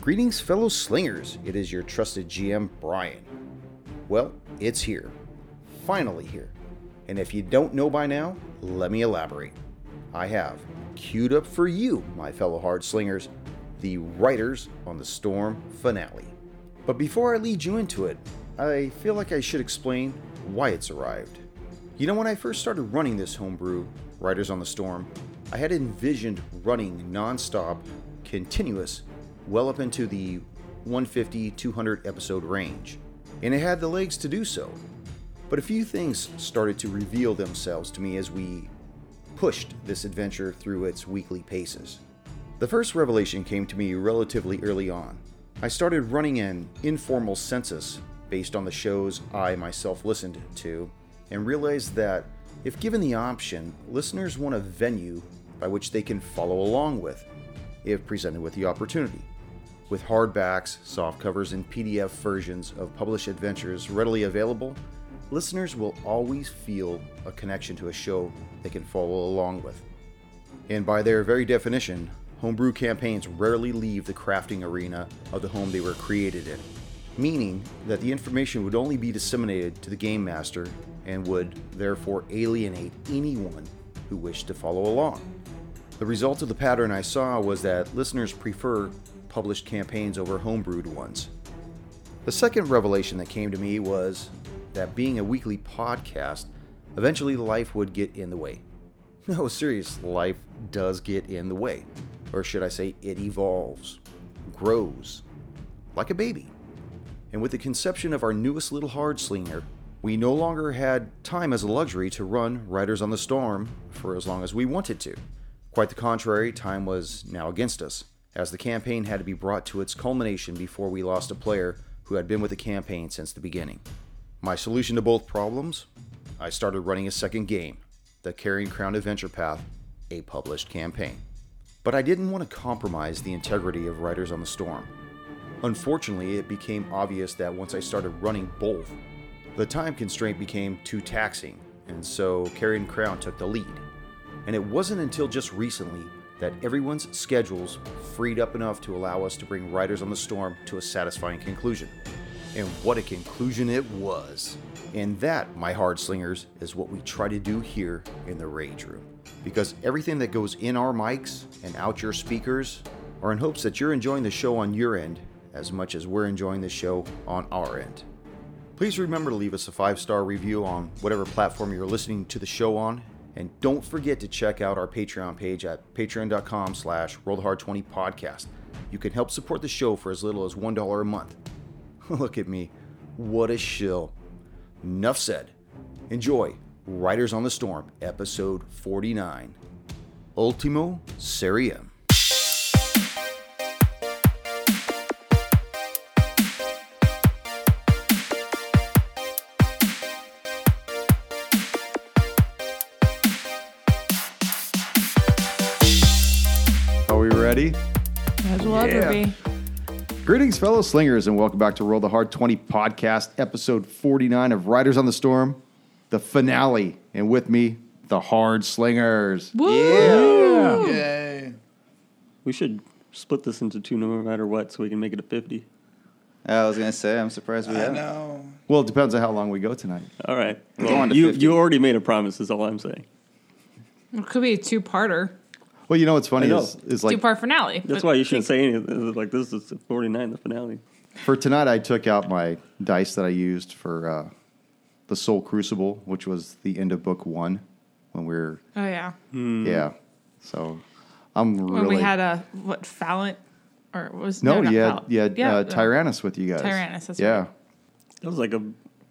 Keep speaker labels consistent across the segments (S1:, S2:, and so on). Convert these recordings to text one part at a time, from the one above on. S1: Greetings, fellow slingers. It is your trusted GM, Brian. Well, it's here. Finally here. And if you don't know by now, let me elaborate. I have queued up for you, my fellow hard slingers, the writers on the Storm finale. But before I lead you into it, I feel like I should explain why it's arrived. You know, when I first started running this homebrew, Riders on the Storm, I had envisioned running non-stop, continuous, well up into the 150 200 episode range, and it had the legs to do so. But a few things started to reveal themselves to me as we pushed this adventure through its weekly paces. The first revelation came to me relatively early on. I started running an informal census based on the shows I myself listened to and realized that, if given the option, listeners want a venue by which they can follow along with, if presented with the opportunity. With hardbacks, softcovers, and PDF versions of published adventures readily available, listeners will always feel a connection to a show they can follow along with. And by their very definition, homebrew campaigns rarely leave the crafting arena of the home they were created in, meaning that the information would only be disseminated to the game master and would therefore alienate anyone who wished to follow along. The result of the pattern I saw was that listeners prefer published campaigns over homebrewed ones. The second revelation that came to me was that being a weekly podcast, eventually life would get in the way. No, serious, life does get in the way. Or should I say, it evolves, grows, like a baby. And with the conception of our newest little hard slinger, we no longer had time as a luxury to run Riders on the Storm for as long as we wanted to. Quite the contrary, time was now against us, as the campaign had to be brought to its culmination before we lost a player who had been with the campaign since the beginning. My solution to both problems? I started running a second game, the Carrying Crown Adventure Path, a published campaign. But I didn't want to compromise the integrity of Riders on the Storm. Unfortunately, it became obvious that once I started running both, the time constraint became too taxing, and so Carrion Crown took the lead. And it wasn't until just recently that everyone's schedules freed up enough to allow us to bring Riders on the Storm to a satisfying conclusion. And what a conclusion it was! And that, my hard slingers, is what we try to do here in the Rage Room. Because everything that goes in our mics and out your speakers are in hopes that you're enjoying the show on your end as much as we're enjoying the show on our end. Please remember to leave us a five star review on whatever platform you're listening to the show on. And don't forget to check out our Patreon page at patreon.com slash rollthehard20podcast. You can help support the show for as little as $1 a month. Look at me. What a shill. Enough said. Enjoy Riders on the Storm, episode 49. Ultimo Serium.
S2: Are we ready?
S3: As will ever be.
S2: Greetings, fellow slingers, and welcome back to Roll the Hard 20 podcast, episode 49 of Riders on the Storm, the finale. And with me, the Hard Slingers.
S3: Woo!
S4: We should split this into two no matter what so we can make it a 50.
S5: I was gonna say, I'm surprised we haven't.
S6: No.
S2: Well, it depends on how long we go tonight.
S4: All right.
S5: going
S4: Well,
S5: to
S4: you,
S5: 50.
S4: you already made a promise, is all I'm saying.
S3: It could be a two-parter,
S2: Well, you know what's funny
S4: I know.
S2: is, is like
S3: two-part finale.
S4: That's
S3: but
S4: why you shouldn't say anything. Like, this is 49, the finale.
S2: for tonight, I took out my dice that I used for uh, the Soul Crucible, which was the end of book one when we were,
S3: Oh yeah,
S4: Mm.
S2: yeah. So I'm Hmm. really.
S3: when we had a what Fallon or what was
S2: no,
S3: not
S2: you had,
S3: Fallon.
S2: you had
S3: yeah
S2: uh, Tyrannus with you guys.
S3: Tyrannus, that's
S2: Yeah.
S3: right.
S4: That was like a, is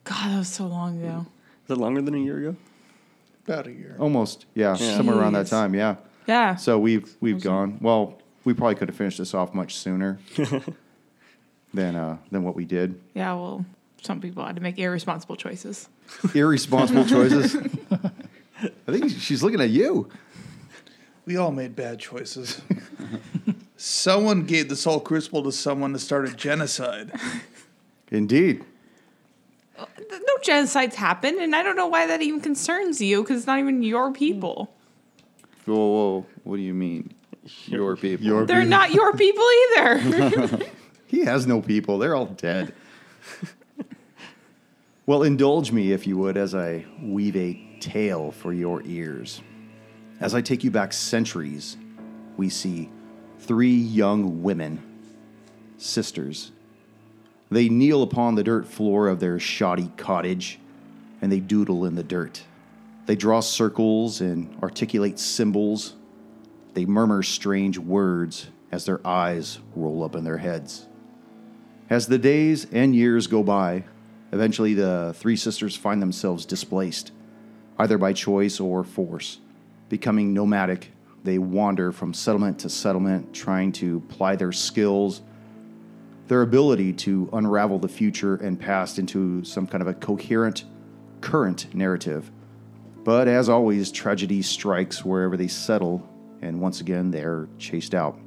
S3: God, that was so long ago.
S4: that longer than a year ago?
S6: About a year.
S2: Almost, yeah, somewhere around that
S3: Jeez.
S2: time, yeah.
S3: Yeah.
S2: So we've we've gone. Well, we probably could have finished this off much sooner than uh, than what we did.
S3: yeah. Well, some people had to make irresponsible choices.
S2: Irresponsible choices. I think she's looking at you.
S6: We all made bad choices. someone gave the Soul Crucible to someone to start a genocide.
S2: Indeed.
S3: Th- No genocides happened, and I don't know why that even concerns you because it's not even your people.
S5: Whoa, whoa, what do you mean? Your people.
S2: Your-
S3: They're not your people either.
S1: He has no people. They're all dead. well, indulge me, if you would, as I weave a tale for your ears. As I take you back centuries, we see three young women, sisters. They kneel upon the dirt floor of their shoddy cottage and they doodle in the dirt. They draw circles and articulate symbols they murmur strange words as their eyes roll up in their heads. As the days and years go by, eventually the three sisters find themselves displaced, either by choice or force. Becoming nomadic, they wander from settlement to settlement, trying to ply their skills, their ability to unravel the future and past into some kind of a coherent, current narrative. But as always, tragedy strikes wherever they settle, and once again they're chased out.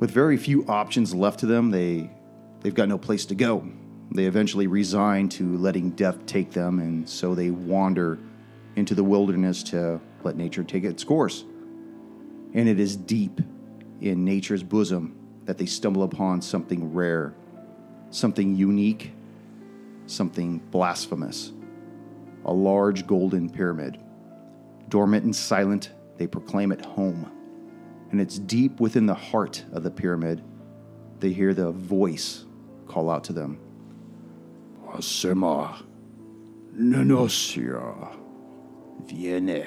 S1: With very few options left to them, they they've got no place to go. They eventually resign to letting death take them, and so they wander into the wilderness to let nature take its course. And it is deep in nature's bosom that they stumble upon something rare, something unique, something blasphemous a large golden pyramid. Dormant and silent, they proclaim it home. And it's deep within the heart of the pyramid. They hear the voice call out to them Asema, Nenosia, Viene.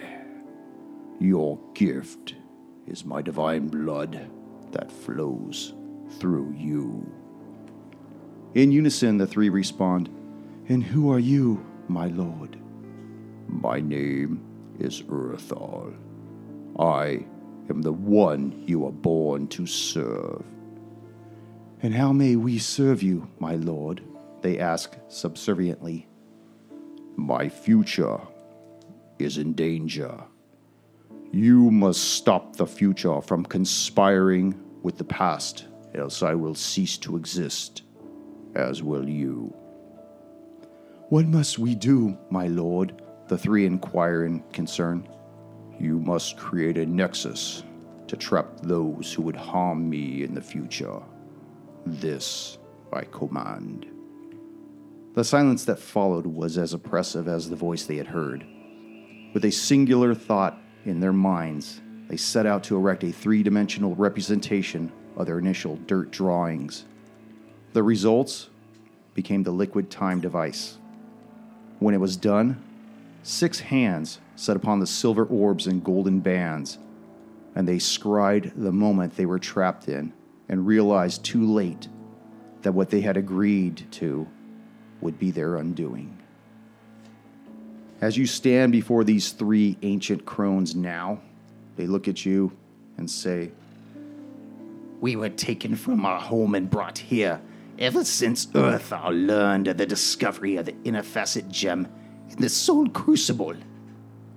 S1: Your gift is my divine blood that flows through you. In unison, the three respond, And who are you, my lord? My name is Urathal. I am the one you are born to serve. And how may we serve you, my lord? They ask subserviently. My future is in danger. You must stop the future from conspiring with the past, else I will cease to exist, as will you. What must we do, my lord? The three inquire in concern. You must create a nexus to trap those who would harm me in the future. This I command. The silence that followed was as oppressive as the voice they had heard. With a singular thought in their minds, they set out to erect a three dimensional representation of their initial dirt drawings. The results became the liquid time device. When it was done, six hands set upon the silver orbs and golden bands, and they scried the moment they were trapped in and realized too late that what they had agreed to would be their undoing. As you stand before these three ancient crones now, they look at you and say, we were taken from our home and brought here. Ever since Urthar learned of the discovery of the inner facet gem in the soul crucible,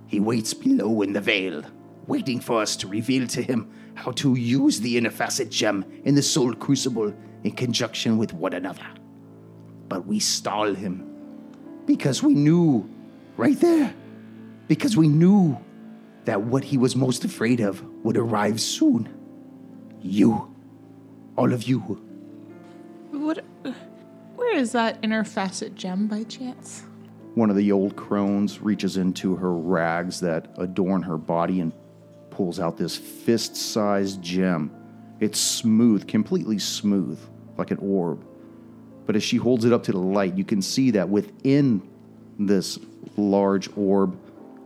S1: he waits below in the veil, waiting for us to reveal to him how to use the inner facet gem in the soul crucible in conjunction with one another. But we stall him because we knew, right there, because we knew that what he was most afraid of would arrive soon. You. All of you.
S3: What? Where is that inner facet gem by chance?
S1: One of the old crones reaches into her rags that adorn her body and pulls out this fist sized gem. It's smooth, completely smooth, like an orb. But as she holds it up to the light, you can see that within this large orb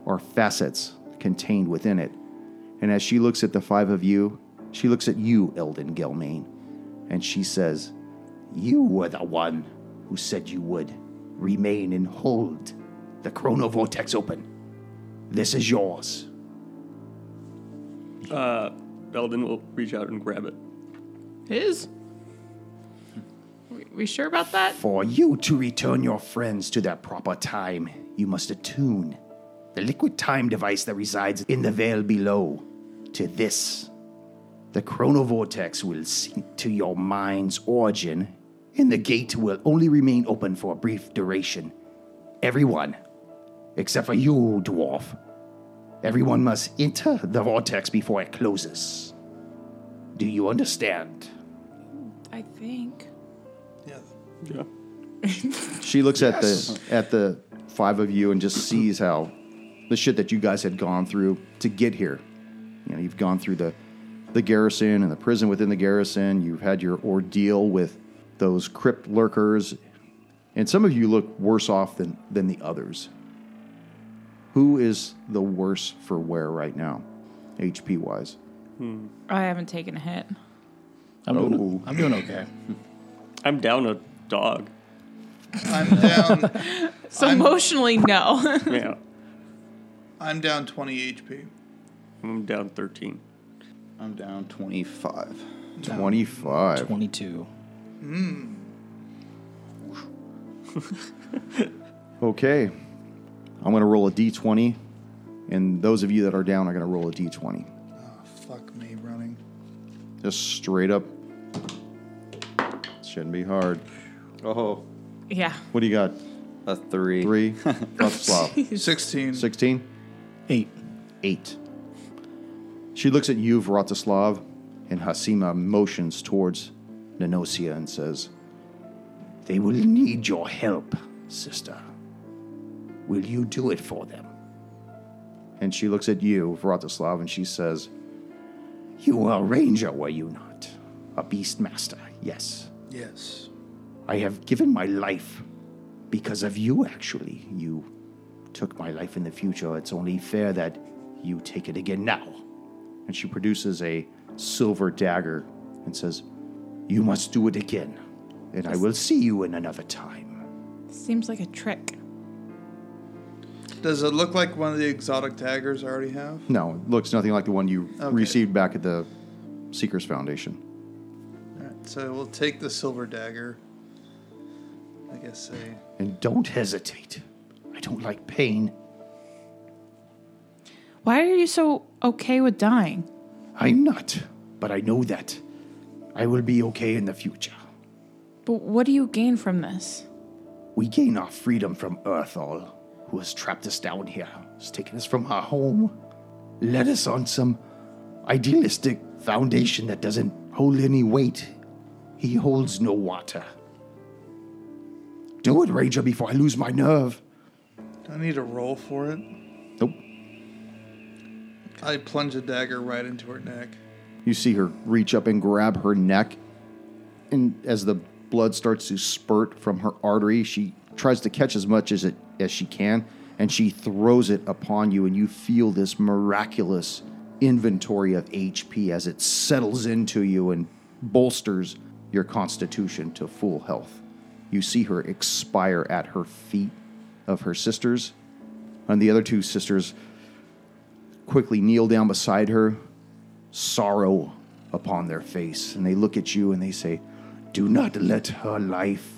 S1: are facets contained within it. And as she looks at the five of you, she looks at you, Eldon Gelmain, and she says, You were the one who said you would remain and hold the chrono vortex open. This is yours.
S4: Belden will reach out and grab it.
S3: His? We, we sure about that?
S1: For you to return your friends to their proper time, you must attune the liquid time device that resides in the veil below to this. The chronovortex will sink to your mind's origin, and the gate will only remain open for a brief duration. Everyone, except for you, dwarf, everyone must enter the vortex before it closes. Do you understand?
S3: I think.
S6: Yeah.
S4: Yeah.
S1: She looks at the at the five of you and just sees how the shit that you guys had gone through to get here. You know, you've gone through the the garrison and the prison within the garrison. You've had your ordeal with those crypt lurkers, and some of you look worse off than than the others. Who is the worse for wear right now, HP wise?
S3: I haven't taken a hit.
S7: I'm, doing, I'm doing okay.
S4: I'm down a dog.
S6: I'm down.
S3: So
S6: I'm-
S3: emotionally, no.
S4: Yeah.
S6: I'm down 20 HP.
S4: I'm down 13.
S8: I'm down 25.
S1: Twenty five.
S7: 22.
S1: Hmm. Okay. I'm going to roll a d20, and those of you that are down are going to roll a d20.
S6: Fuck me running.
S1: Just straight up. Shouldn't be hard.
S8: Oh,
S3: yeah.
S1: What do you got?
S8: a three.
S1: Three. Plus flop.
S6: 16.
S1: 16?
S7: 8.
S1: Eight. She looks at you, Vratislav, and Hasima motions towards Nanosia and says, They will need your help, sister. Will you do it for them? And she looks at you, Vratislav, and she says, You were a ranger, were you not? A beast master, yes.
S6: Yes.
S1: I have given my life because of you, actually. You took my life in the future. It's only fair that you take it again now. And she produces a silver dagger and says, You must do it again, and I will see you in another time.
S3: Seems like a trick.
S6: Does it look like one of the exotic daggers I already have?
S1: No, it looks nothing like the one you
S6: Okay.
S1: received back at the Seekers Foundation.
S6: All right, so we'll take the silver dagger. I guess I.
S1: And don't hesitate. I don't like pain.
S3: Why are you so okay with dying?
S1: I'm not, but I know that I will be okay in the future.
S3: But what do you gain from this?
S1: We gain our freedom from Earthall, who has trapped us down here, has taken us from our home, led us on some idealistic foundation that doesn't hold any weight. He holds no water. Do it, Ranger, before I lose my nerve.
S6: Do I need to roll for it?
S1: Nope.
S6: I plunge a dagger right into her neck.
S1: You see her reach up and grab her neck, and as the blood starts to spurt from her artery, she tries to catch as much as it as she can, and she throws it upon you, and you feel this miraculous inventory of HP as it settles into you and bolsters your constitution to full health. You see her expire at her feet of her sisters, and the other two sisters quickly kneel down beside her sorrow upon their face, and they look at you and they say, Do not let her life,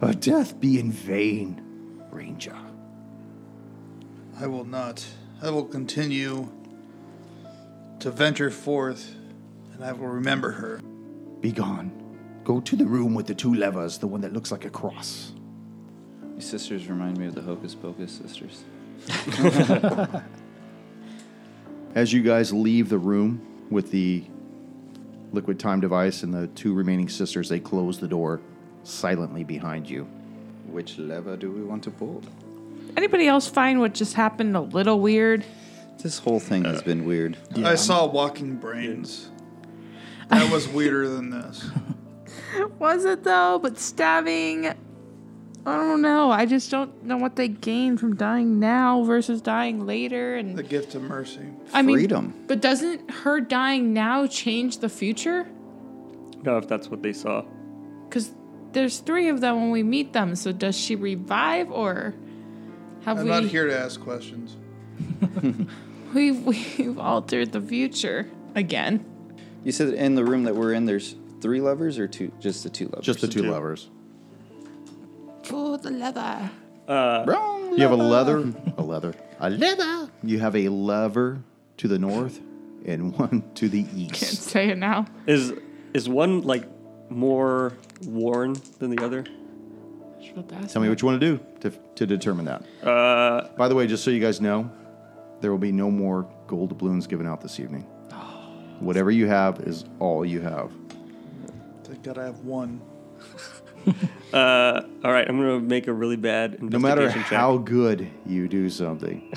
S1: her death be in vain, Ranger.
S6: I will not. I will continue to venture forth, and I will remember her.
S1: Begone. Go to the room with the two levers, the one that looks like a cross.
S8: These sisters remind me of the Hocus Pocus sisters.
S1: As you guys leave the room with the liquid time device and the two remaining sisters, they close the door silently behind you.
S8: Which lever do we want to pull?
S3: Anybody else find what just happened a little weird?
S8: This whole thing has been weird.
S6: I saw walking brains. That was weirder than this.
S3: Was it though? But stabbing. I don't know. I just don't know what they gain from dying now versus dying later. And
S6: The gift of mercy.
S3: I mean,
S8: freedom.
S3: But doesn't her dying now change the future?
S4: Now, if that's what they saw.
S3: Because there's three of them when we meet them. So does she revive or have
S6: I'm
S3: we,
S6: not here to ask questions.
S3: we we've altered the future again?
S8: You said in the room that we're in, there's three levers or two? Just the two levers.
S1: Just the two levers.
S3: Pull the lever.
S1: You have a leather, a leather, a leather. You have a lever to the north and one to the east.
S3: Can't say it now.
S4: Is is one like more worn than the other?
S1: Tell me what you want to do to, to determine that.
S4: Uh,
S1: By the way, just so you guys know, there will be no more gold doubloons given out this evening. Whatever you have is all you have.
S6: Thank God I have one.
S4: Uh, all right, I'm gonna make a really bad investigation
S9: No matter
S4: check.
S9: how good you do something.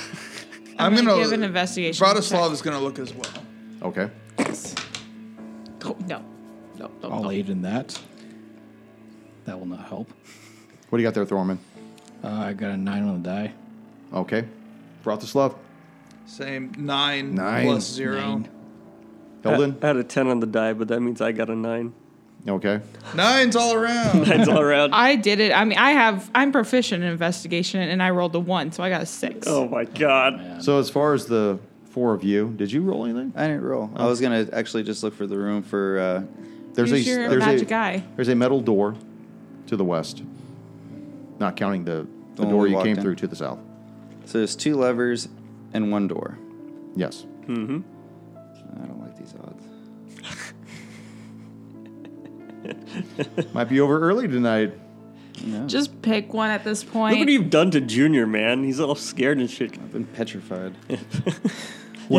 S3: I'm gonna give an investigation
S6: Vratislav
S3: check.
S6: is gonna look as well.
S9: Okay.
S3: Oh, no. No, no,
S7: I'll
S3: no.
S7: aid in that. That will not help.
S9: What do you got there, Thorman?
S7: Uh, I got a nine on the die.
S9: Okay. Bratislav?
S6: Same nine,
S9: Nine.
S6: plus zero.
S7: Nine.
S9: Hilden?
S4: I, I had a ten on the die, but that means I got a nine.
S9: Okay.
S6: Nines all around.
S4: It's all around.
S3: I did it. I mean, I have. I'm proficient in investigation, and I rolled a one, so I got a six.
S4: oh my god!
S9: So as far as the four of you, did you roll anything?
S8: I didn't roll.
S3: Oh.
S8: I was gonna actually just look for the room for. Uh,
S9: There's
S3: Use your magic
S9: a,
S3: eye.
S9: There's a metal door to the west. Not counting the, the
S8: one
S9: door
S8: we
S9: you
S8: walked
S9: came
S8: in.
S9: through to the south.
S8: so there's two levers and one door.
S9: Yes.
S8: I don't like these odds.
S9: Might be over early tonight.
S3: Just pick one at this point.
S4: Look what you've done to Junior, man. He's all scared and shit.
S8: I've been petrified.
S4: You've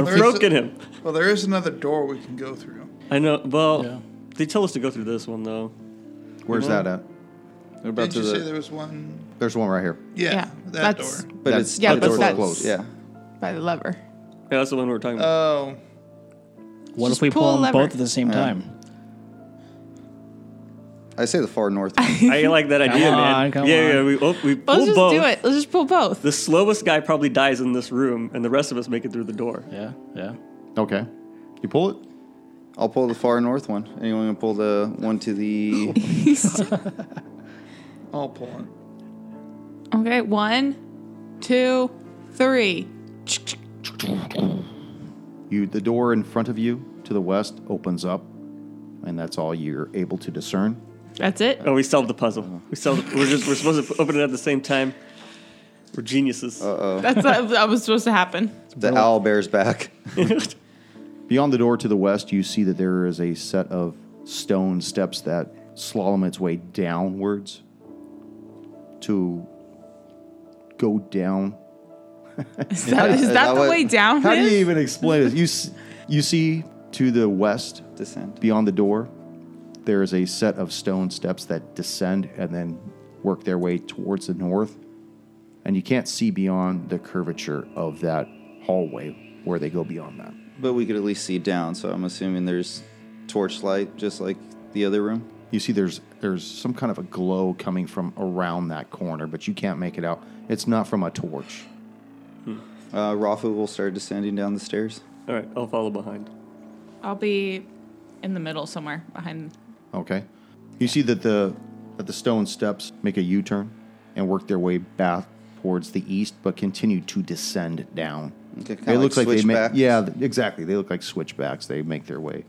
S6: if-
S4: broken him.
S6: well, there is another door we can go through.
S4: I know. Well,
S7: Yeah.
S4: they tell us to go through this one though.
S9: Where's that at?
S8: What about
S6: Did
S8: to
S6: you say
S8: the?
S6: there was one?
S9: Mm-hmm. There's one right here.
S6: Yeah,
S3: Yeah,
S6: that
S3: that's-
S6: door.
S8: But
S9: That-
S8: it's
S3: Yeah,
S8: the
S3: but
S8: door's
S3: that's-
S8: closed. Yeah.
S3: by the lever.
S4: Yeah, that's the one we we're talking about.
S6: Oh,
S7: What
S3: Just
S7: if we
S3: pull a
S7: pull them
S3: lever.
S7: both at the same time?
S8: I say the far north. one.
S4: I like that idea, man.
S7: on, Uh, come
S4: yeah, yeah.
S7: on.
S4: We oh, we
S3: Let's
S4: pull
S3: just
S4: both.
S3: do it. Let's just pull both.
S4: The slowest guy probably dies in this room, and the rest of us make it through the door.
S7: Yeah, yeah.
S9: Okay. You pull it?
S8: I'll pull the far north one. Anyone gonna pull the one to the?
S6: I'll pull it.
S3: okay, one, two, three.
S9: You the door in front of you to the west opens up, and that's all you're able to discern.
S3: That's it.
S4: Oh, we solved the
S7: Uh-huh.
S4: puzzle. We solved. We're just we're supposed to open it at the same time. We're geniuses.
S3: That's what that was supposed to happen.
S8: The owl bears back.
S9: Beyond the door to the west, you see that there is a set of stone steps that slalom its way downwards to go down.
S3: Is that, is
S8: is
S3: that
S8: that
S3: the
S8: what-
S3: way down?
S9: How do
S3: is?
S9: you even explain this? You s- you see to the west,
S8: Descend.
S9: beyond the door, there is a set of stone steps that descend and then work their way towards the north. And you can't see beyond the curvature of that hallway where they go beyond that.
S8: But we could at least see down. So I'm assuming there's torchlight, just like the other room.
S9: You see there's there's some kind of a glow coming from around that corner, but you can't make it out. It's not from a torch.
S8: Uh, Rafa will start descending down the stairs.
S4: All right, I'll follow behind.
S3: I'll be in the middle somewhere behind.
S9: Okay. You see that the that the stone steps make a U-turn and work their way back towards the east, but continue to descend down.
S8: Okay, kinda
S9: it looks like, they make
S8: switchbacks.
S9: yeah, th- exactly. They look like switchbacks. They make their way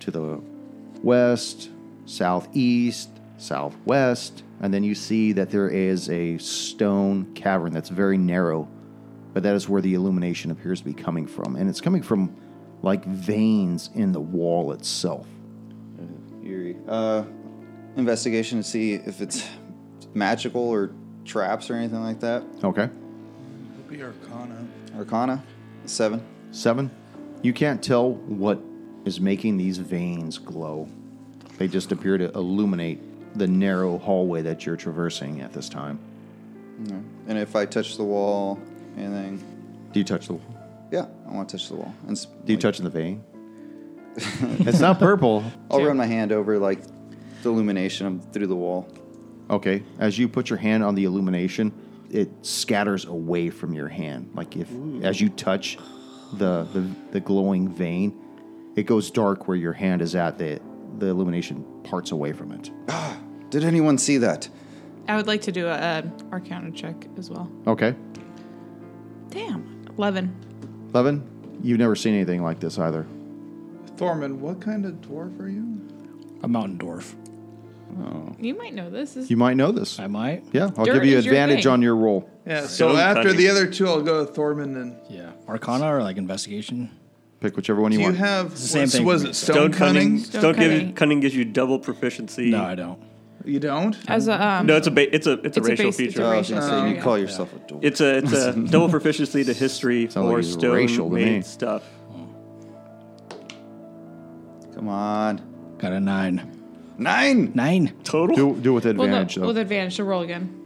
S9: to the west, southeast, southwest, and then you see that there is a stone cavern that's very narrow, but that is where the illumination appears to be coming from, and it's coming from like veins in the wall itself.
S8: Eerie. Uh, investigation to see if it's magical or traps or anything like that.
S9: Okay.
S6: It'll be Arcana.
S8: Arcana, seven.
S9: Seven. You can't tell what is making these veins glow. They just appear to illuminate the narrow hallway that you're traversing at this time.
S8: And if I touch the wall, anything.
S9: Do you touch the?
S8: Yeah, I want to touch the wall. And
S9: Do you touch the vein? it's not purple.
S8: I'll run my hand over like the illumination of- through the wall.
S9: Okay. As you put your hand on the illumination, it scatters away from your hand. Like if as you touch the, the the glowing vein, it goes dark where your hand is at. The the illumination parts away from it.
S8: Did anyone see that?
S3: I would like to do a, a Arcana check as well.
S9: Okay.
S3: Damn, eleven.
S9: Levin, you've never seen anything like this either.
S6: Thorman, what kind of dwarf are you?
S7: A mountain dwarf.
S3: You might know this. this
S9: You might know this.
S7: I might.
S9: Yeah, I'll
S3: Dirt
S9: give you
S3: is your
S9: advantage
S3: thing.
S9: on your roll.
S6: Yeah. So
S4: Stone
S6: after
S4: cutting.
S6: the other two, I'll go to Thorman and.
S7: Yeah. Arcana or like investigation?
S9: Pick whichever one you
S6: Do you
S9: want.
S6: have
S7: the same
S6: was-
S7: thing
S6: was
S7: for me,
S6: it
S7: so-
S6: stone, cunning?
S4: Stone,
S3: Stone
S4: cunning.
S3: cunning.
S4: cunning gives you double proficiency.
S7: No, I don't.
S6: You don't?
S3: as a um,
S4: No, it's a ba- it's a it's a
S3: It's a
S4: racial
S3: base- it's
S4: feature.
S3: a
S8: I
S3: racial-
S8: was gonna
S3: Oh,
S8: say, you
S6: um,
S3: yeah.
S8: call yourself a dwarf.
S4: It's a it's a double proficiency to history
S9: Sounds like
S4: or
S9: he's
S4: stone
S9: racial to me.
S4: made stuff.
S8: Come on.
S7: Got a nine.
S8: Nine.
S7: Nine.
S4: Total?
S9: Do, do with
S3: Well, no,
S9: advantage,
S3: with
S9: though.
S3: advantage to roll again.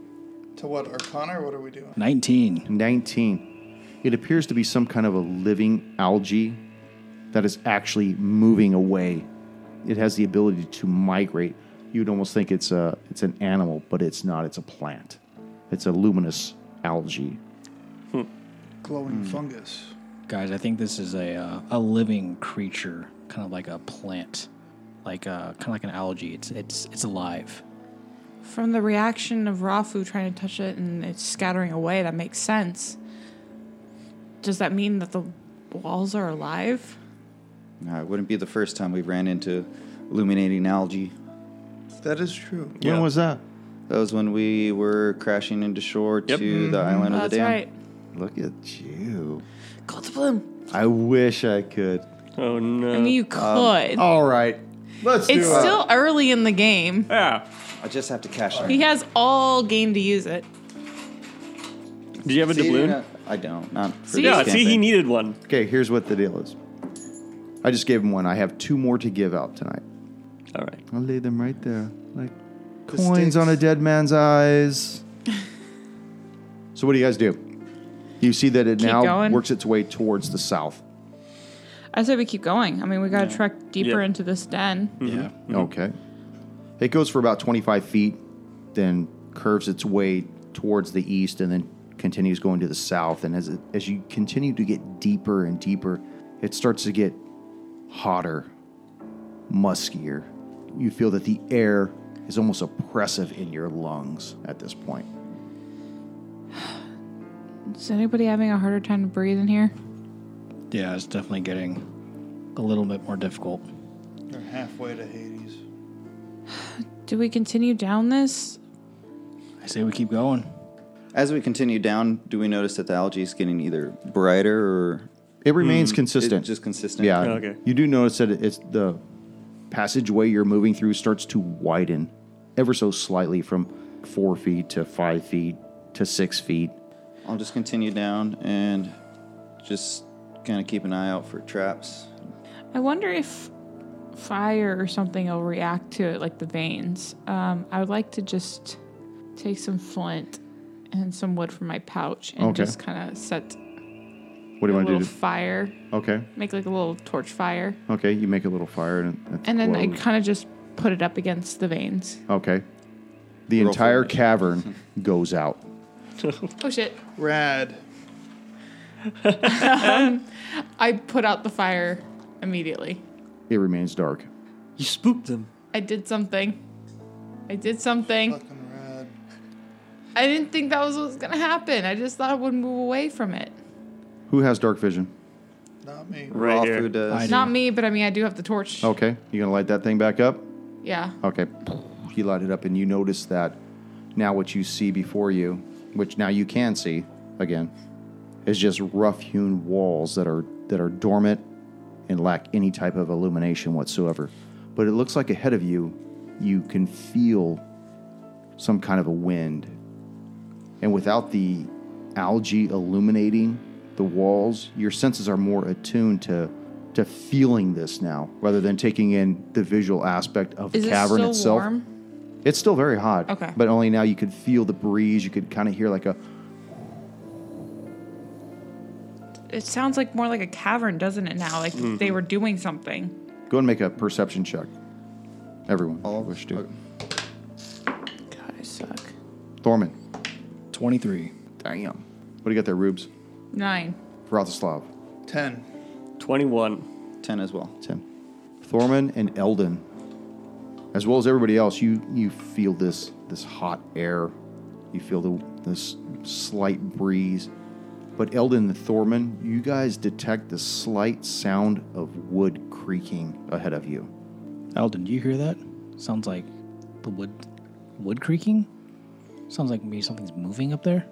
S6: To what, Arcana, or what are we doing?
S7: 19.
S9: 19. It appears to be some kind of a living algae that is actually moving away. It has the ability to migrate. You'd almost think it's a it's an animal, but it's not. It's a plant. It's a luminous algae.
S6: Glowing fungus.
S7: Guys, I think this is a uh, a living creature, kind of like a plant, like uh, kind of like an algae. It's it's it's alive.
S3: From the reaction of Rafu trying to touch it and it's scattering away, that makes sense. Does that mean that the walls are alive?
S8: Nah, it wouldn't be the first time we ran into illuminating algae.
S6: That is true.
S9: When was that?
S8: That was when we were crashing into shore
S4: Yep.
S8: to the island of
S3: That's
S8: the dam.
S3: right.
S9: Look at you.
S3: Call the bloom.
S9: I wish I could.
S4: Oh no.
S3: I mean, you could.
S9: All right. Let's
S3: it's
S9: Um, oh, do it.
S3: still early in the game.
S4: ah.
S8: I just have to cash in.
S3: He has all game to use it.
S4: Do you have a
S8: See,
S4: doubloon?
S8: no, I don't. Not for
S3: See?
S8: this
S4: Yeah, see, he
S8: campaign.
S4: needed one.
S9: Okay, here's what the deal is. I just gave him one. I have two more to give out tonight.
S4: All right.
S9: I'll lay them right there, like
S8: The
S9: coins on a
S8: sticks.
S9: dead man's eyes. so what do you guys do? You see that it
S3: Keep
S9: now
S3: going.
S9: works its way towards the south.
S3: I say we keep going. I mean, we gotta trek deeper
S4: Yeah.
S3: into this den.
S7: Yeah.
S9: Okay. It goes for about 25 feet, then curves its way towards the east, and then continues going to the south. And as it, as you continue to get deeper and deeper, it starts to get hotter, muskier. You feel that the air is almost oppressive in your lungs at this point.
S3: Is anybody having a harder time to breathe in here?
S7: Yeah, it's definitely getting a little bit more difficult.
S6: They're halfway to Hades.
S3: Do we continue down this?
S7: I say we keep going.
S8: As we continue down, do we notice that the algae is getting either brighter or
S9: It remains
S8: it's
S9: consistent.
S8: just consistent?
S9: yeah.
S4: Okay.
S9: uh, You do notice that it's the passageway you're moving through starts to widen ever so slightly from four feet to five feet to six feet.
S8: I'll just continue down and just kind of keep an eye out for traps.
S3: I wonder if fire or something will react to it, like the veins. Um, I would like to just take some flint and some wood from my pouch and
S9: Okay.
S3: just kind of set a
S9: What do you want to
S3: little
S9: do?
S3: fire,
S9: okay.
S3: make like a little torch fire,
S9: Okay. You make a little fire and it- it
S3: and then I
S9: glows.
S3: kind of just put it up against the veins.
S9: okay. The
S8: Roll
S9: entire
S8: for it.
S9: cavern goes out.
S3: Oh shit!
S6: Rad.
S3: I put out the fire immediately.
S9: It remains dark.
S4: You spooked them.
S3: I did something. I did something.
S6: Fucking rad.
S3: I didn't think that was what was gonna happen. I just thought I would move away from it.
S9: Who has dark vision?
S6: Not me.
S4: Right
S8: Raw
S4: here.
S8: food does.
S7: I-
S3: Not me, but I mean, I do have the torch.
S9: Okay. You gonna light that thing back up?
S3: Yeah.
S9: Okay. You light it up and you notice that now what you see before you, which now you can see again, is just rough hewn walls that are that are dormant and lack any type of illumination whatsoever. But it looks like ahead of you you can feel some kind of a wind. And without the algae illuminating the walls, your senses are more attuned to to feeling this now rather than taking in the visual aspect of
S3: Is
S9: the
S3: it
S9: cavern
S3: still
S9: itself.
S3: warm?
S9: It's still very hot.
S3: Okay.
S9: But only now you could feel the breeze. You could kind of hear like a.
S3: It sounds like more like a cavern, doesn't it? Now, like they were doing something.
S9: Go and make a perception check. Everyone.
S8: All-
S9: wish to.
S8: okay.
S3: God, I suck.
S9: Thorman.
S7: 23.
S9: Damn. What do you got there, Rubes?
S3: Nine.
S9: Vratislav.
S6: Ten.
S4: 21.
S8: Ten as well.
S9: 10. Thorman and Eldon, as well as everybody else, you, you feel this, this hot air. You feel the, this slight breeze. But Eldon and Thorman, you guys detect the slight sound of wood creaking ahead of you.
S7: Alden, do you hear that? Sounds like the wood wood creaking? Sounds like maybe something's moving up there.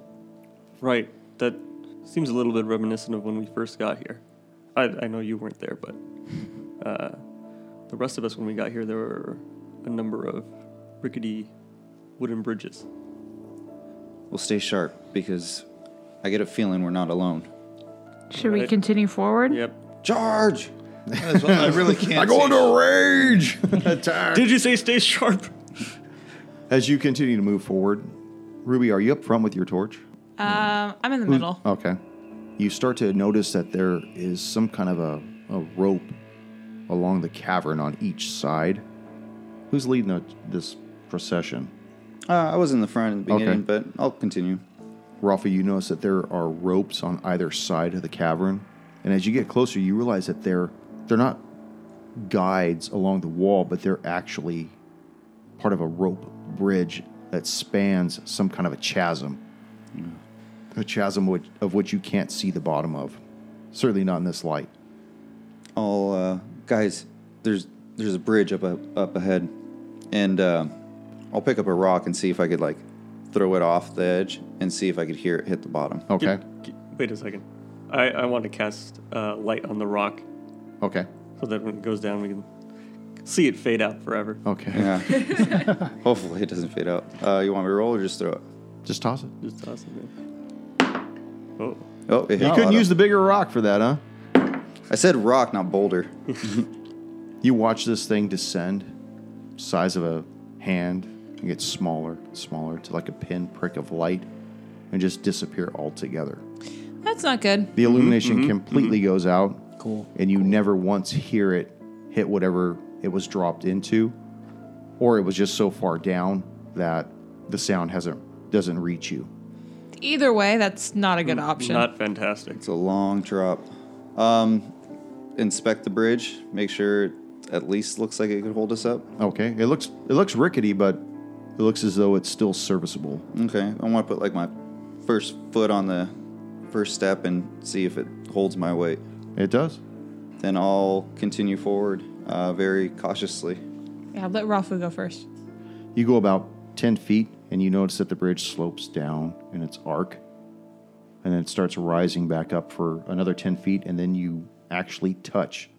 S4: Right. That seems a little bit reminiscent of when we first got here. I, I know you weren't there, but uh, the rest of us, when we got here, there were a number of rickety wooden bridges.
S8: We'll stay sharp because I get a feeling we're not alone.
S3: Should we
S4: Right.
S3: continue forward?
S4: Yep.
S8: Charge!
S6: That is one I really can't. see.
S9: rage.
S4: Did you say stay sharp?
S9: As you continue to move forward, Ruby, are you up front with your torch?
S3: Um, I'm in the middle.
S9: Okay. You start to notice that there is some kind of a, a rope along the cavern on each side. Who's leading the, this procession?
S8: Uh, I was in the front in the
S9: Okay.
S8: beginning, but I'll continue.
S9: Rafa, you notice that there are ropes on either side of the cavern, and as you get closer, you realize that they're they're not guides along the wall, but they're actually part of a rope bridge that spans some kind of a chasm, a chasm which, of which you can't see the bottom of, certainly not in this light.
S8: I'll, uh, guys, there's there's a bridge up up, up ahead, and uh, I'll pick up a rock and see if I could like throw it off the edge and see if I could hear it hit the bottom.
S9: Okay,
S4: G- Wait a second. I, I want to cast uh, light on the rock
S9: okay,
S4: so that when it goes down, we can see it fade out forever.
S9: okay.
S8: Yeah. Hopefully it doesn't fade out. Uh, you want me to roll or just throw it?
S9: Just toss it.
S4: Just toss it in. Oh,
S8: Oh, it hit
S9: You couldn't
S8: bottom.
S9: use the bigger rock for that, huh?
S8: I said rock, not boulder.
S9: You watch this thing descend, size of a hand, and get smaller, smaller to like a pinprick of light, and just disappear altogether.
S3: That's not good.
S9: The illumination completely goes out,
S7: Cool.
S9: and you never once hear it hit whatever it was dropped into, or it was just so far down that the sound hasn't doesn't reach you.
S3: Either way, that's not a good option.
S4: not fantastic.
S8: It's a long drop. Um, inspect the bridge. Make sure it at least looks like it could hold us up.
S9: Okay, it looks it looks rickety, but it looks as though it's still serviceable.
S8: Okay, I want to put like my first foot on the first step and see if it holds my weight.
S9: It does.
S8: Then I'll continue forward uh, very cautiously.
S3: yeah, let Rafu go first.
S9: You go about 10 feet and you notice that the bridge slopes down in its arc and then it starts rising back up for another 10 feet and then you actually touch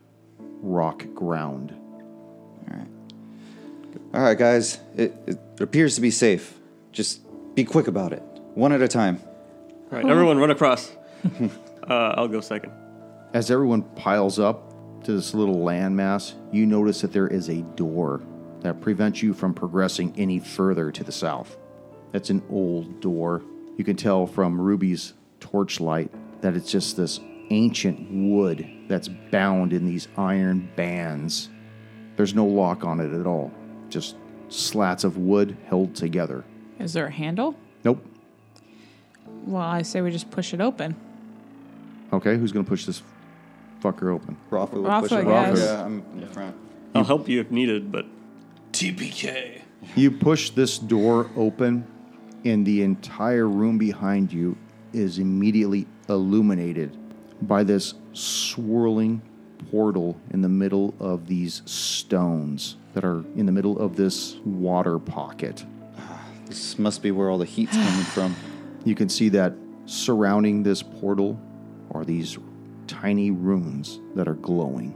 S9: rock ground.
S8: All right, guys, it, it appears to be safe. Just be quick about it, one at a time.
S4: All right, everyone run across. uh, I'll go second.
S9: As everyone piles up to this little landmass, you notice that there is a door that prevents you from progressing any further to the south. That's an old door. You can tell from Ruby's torchlight that it's just this ancient wood that's bound in these iron bands. There's no lock on it at all, just slats of wood held together.
S3: Is there a handle?
S9: Nope.
S3: Well, I say we just push it open.
S9: Okay, who's gonna push this fucker open?
S8: Rafa will
S3: Rafa,
S8: push
S3: I
S8: it.
S3: guess.
S8: Yeah, I'm in the front.
S4: I'll help you if needed, but
S6: TPK.
S9: You push this door open, and the entire room behind you is immediately illuminated by this swirling portal in the middle of these stones that are in the middle of this water pocket.
S8: This must be where all the heat's coming from.
S9: You can see that surrounding this portal are these tiny runes that are glowing.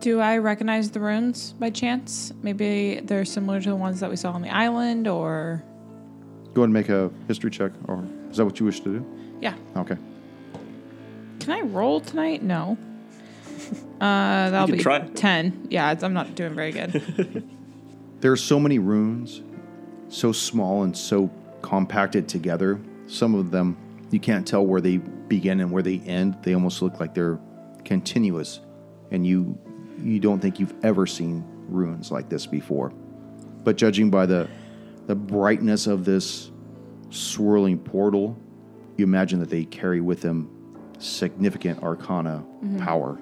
S3: Do I recognize the runes by chance? Maybe they're similar to the ones that we saw on the island, or
S9: Go ahead and make a history check, or is that what you wish to do?
S3: yeah.
S9: Okay.
S3: Can I roll tonight? No. Uh, that'll
S4: can
S3: be
S4: try.
S3: ten. Yeah, it's, I'm not doing very good.
S9: There are so many runes, so small and so compacted together. Some of them you can't tell where they begin and where they end. They almost look like they're continuous, and you you don't think you've ever seen runes like this before. But judging by the the brightness of this swirling portal, you imagine that they carry with them significant arcana power.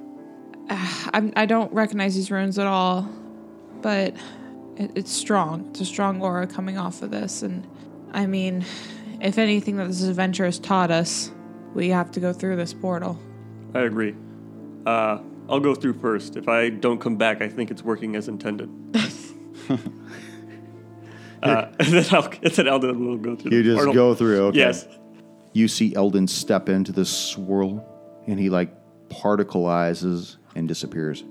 S3: I'm, I don't recognize these runes at all, but it, it's strong. It's a strong aura coming off of this. And I mean, if anything that this adventure has taught us, we have to go through this portal.
S4: I agree. Uh, I'll go through first. If I don't come back, I think it's working as intended. uh, and then I'll, and then I'll we'll go through.
S9: You
S4: the
S9: just
S4: portal.
S9: go through, okay.
S4: Yes.
S9: you see Eldon step into this swirl and he like particleizes and disappears.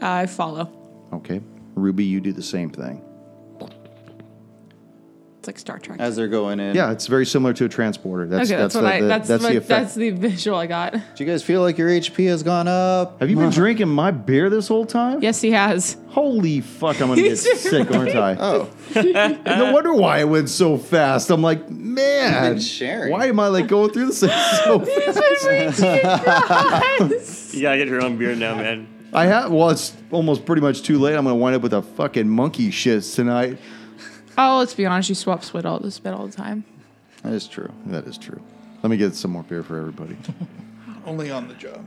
S3: I follow.
S9: Okay. Ruby, you do the same thing.
S3: It's like Star Trek.
S8: as they're going in.
S9: Yeah, it's very similar to a transporter. That's
S3: okay, that's, what
S9: the,
S3: I.
S9: the-
S3: that's
S9: that's
S3: what,
S9: the effect.
S3: that's the visual I got.
S8: Do you guys feel like your HP has gone up?
S9: Have you been drinking my beer this whole time?
S3: Yes, he has.
S9: Holy fuck, I'm gonna get sick, aren't I?
S8: Oh,
S9: No wonder why it went so fast. I'm like,
S8: You've
S9: man,
S8: been sharing.
S9: why am I like going through this thing so fast?
S4: You gotta get your own beer now, man.
S9: I have. Well, it's almost pretty much too late. I'm gonna wind up with a fucking monkey shits tonight.
S3: Oh, let's be honest. You swap spit all the spit all the time.
S8: that is true.
S9: That is true. Let me get some more beer for everybody.
S6: Only on the job.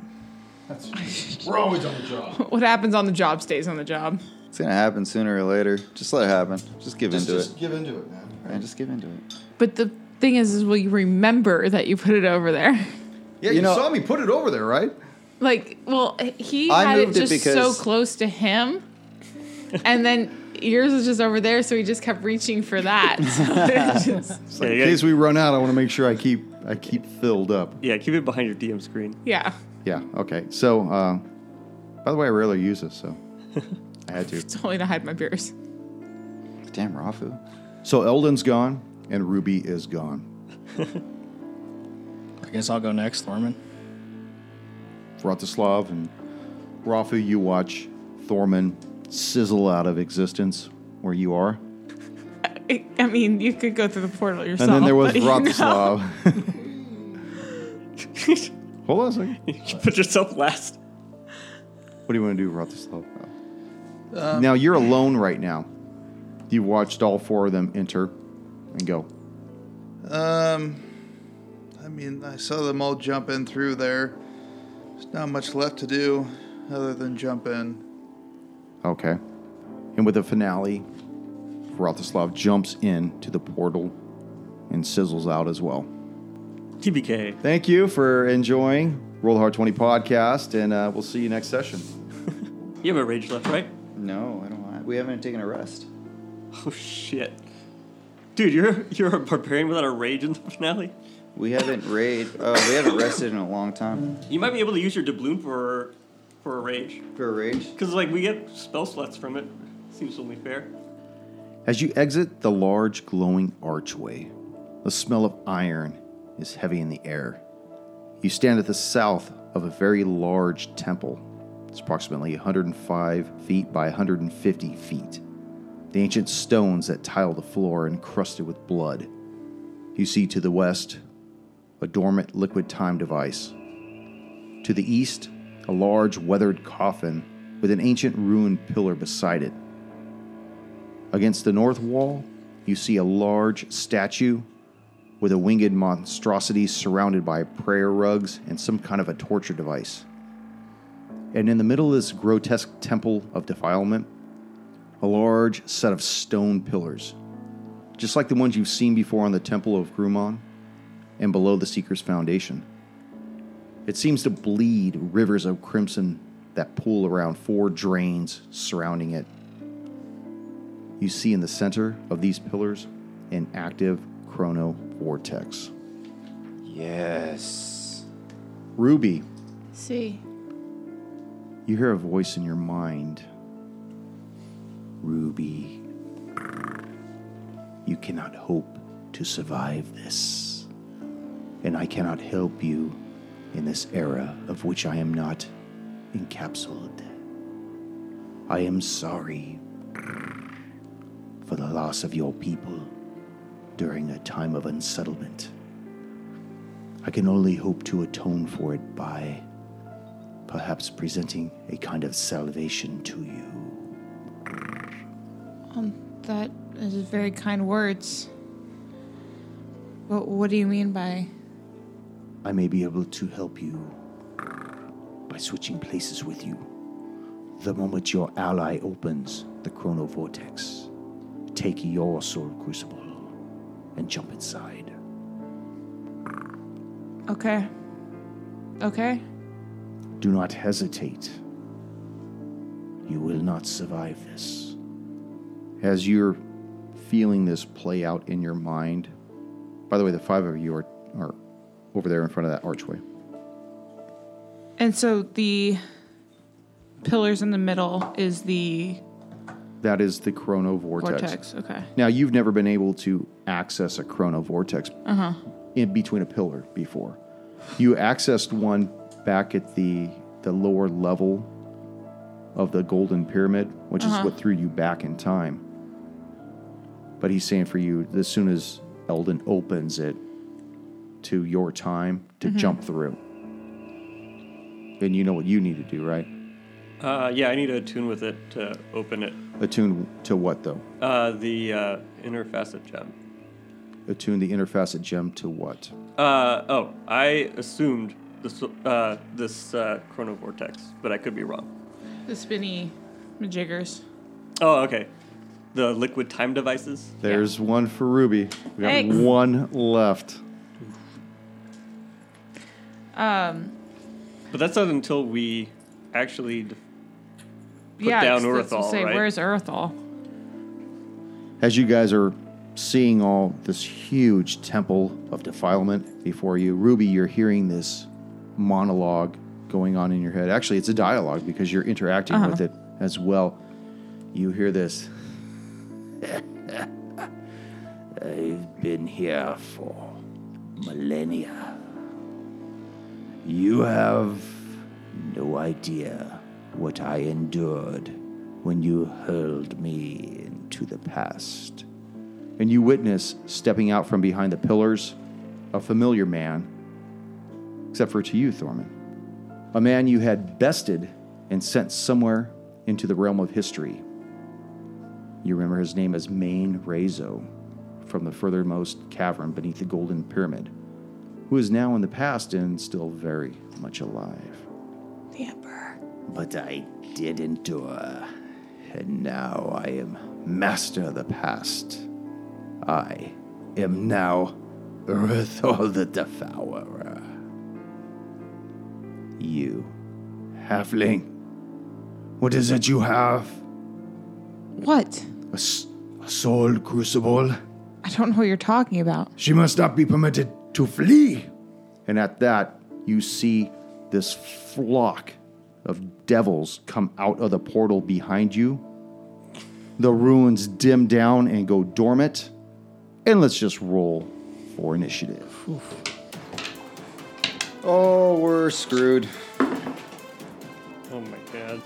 S3: What happens on the job stays on the job.
S8: It's gonna happen sooner or later. Just let it happen. Just give into it.
S9: give into it, man.
S8: And just give into it.
S3: But the thing is, is will you remember that you put it over there?
S9: Yeah,
S8: You
S9: you,
S8: know-
S9: saw me put it over there, right?
S3: Like, well, he
S8: I
S3: had it
S8: moved it
S3: just so
S8: because-
S3: close to him, and then yours was just over there, so he just kept reaching for that. So it's just-
S4: Yeah,
S9: In
S4: you
S9: case
S4: gotta,
S9: we run out, I want to make sure I keep I keep filled up.
S4: yeah, keep it behind your DM screen.
S3: yeah,
S9: Yeah. Okay. So, uh, by the way, I rarely use this, so I had to.
S3: it's only to hide my beers.
S8: Damn, Rafu.
S9: So Eldon's gone and Ruby is gone.
S7: I guess I'll go next, Thorman.
S9: Vratislav and Rafu, you watch Thorman sizzle out of existence where you are.
S3: I I mean, you could go through the portal yourself.
S9: And then there was
S3: but, you know.
S9: Vratislav. Hold on a second.
S4: You put yourself last.
S9: What do you want to do, Vratislav? now you're alone right now. You watched all four of them enter and go.
S6: Um, I mean, I saw them all jump in through there. There's not much left to do other than jump in.
S9: Okay. And with a finale, Vratislav jumps in to the portal and sizzles out as well.
S4: TBK.
S9: Thank you for enjoying Roll the Hard 20 podcast, and uh, we'll see you next session.
S4: You have a rage left, right?
S8: No, I don't. I- We haven't taken a rest.
S4: Oh shit, dude, you're you're a barbarian without a rage in the finale.
S8: We haven't raid. Uh, we haven't rested in a long time.
S4: You might be able to use your doubloon for for a rage,
S8: For a rage.
S4: because like we get spell slots from it. Seems only fair.
S9: As you exit the large glowing archway, the smell of iron is heavy in the air. You stand at the south of a very large temple. It's approximately 105 feet by 150 feet. The ancient stones that tile the floor are encrusted with blood. You see to the west a dormant liquid time device. To the east, a large weathered coffin with an ancient ruined pillar beside it. Against the north wall, you see a large statue with a winged monstrosity surrounded by prayer rugs and some kind of a torture device. And in the middle of this grotesque temple of defilement, a large set of stone pillars, just like the ones you've seen before on the Temple of Grumon and below the Seeker's foundation. It seems to bleed rivers of crimson that pool around four drains surrounding it. You see in the center of these pillars an active chrono vortex.
S8: Yes.
S9: Ruby,
S3: See,
S9: you hear a voice in your mind. Ruby, you cannot hope to survive this. And I cannot help you in this era of which I am not encapsulated. I am sorry for the loss of your people during a time of unsettlement. I can only hope to atone for it by perhaps presenting a kind of salvation to you.
S3: that is very kind words. What What do you mean by?
S9: I may be able to help you by switching places with you. The moment your ally opens the chrono vortex, take your soul crucible and jump inside.
S3: Okay. Okay.
S9: Do not hesitate. You will not survive this. As you're feeling this play out in your mind, by the way, the five of you are, are over there in front of that archway.
S3: And so the pillars in the middle is the
S9: That is the chrono vortex.
S3: Vortex. Okay.
S9: Now you've never been able to access a chrono vortex in between a pillar before. You accessed one back at the the lower level of the golden pyramid, which is what threw you back in time. But he's saying for you, as soon as Eldon opens it to your time to jump through. And you know what you need to do, right?
S4: Uh, yeah, I need to attune with it to open it.
S9: Attune to what though?
S4: Uh, the uh, inner facet gem.
S9: Attune the interfacet gem to what?
S4: Uh, oh, I assumed this uh, this uh, chronovortex, but I could be wrong.
S3: The spinny jiggers.
S4: Oh, okay. The liquid time devices.
S9: There's one for Ruby. We got
S3: Thanks.
S9: one left.
S4: But that's not until we actually. def- Put
S3: yeah,
S4: down
S3: it's- that's what I
S4: Urethal,
S3: say.
S4: right?
S3: Where's Urethal?
S9: As you guys are seeing all this huge temple of defilement before you, Ruby, you're hearing this monologue going on in your head. Actually, it's a dialogue because you're interacting with it as well. You hear this.
S1: I've been here for millennia. You have no idea what I endured when you hurled me into the past.
S9: and you witness stepping out from behind the pillars a familiar man, except for to you, Thorman. A man you had bested and sent somewhere into the realm of history. You remember his name as Main Razo from the furthermost cavern beneath the Golden Pyramid, who is now in the past and still very much alive.
S3: The Emperor.
S1: But I did endure, and now I am master of the past. I am now Urthor the Devourer. You, halfling, what is it you have?
S3: What?
S1: A, s- a soul crucible?
S3: I don't know what you're talking about.
S1: She must not be permitted to flee.
S9: And at that, you see this flock of devils come out of the portal behind you. The ruins dim down and go dormant. And let's just roll for initiative.
S8: Oh, we're screwed.
S4: Oh my god.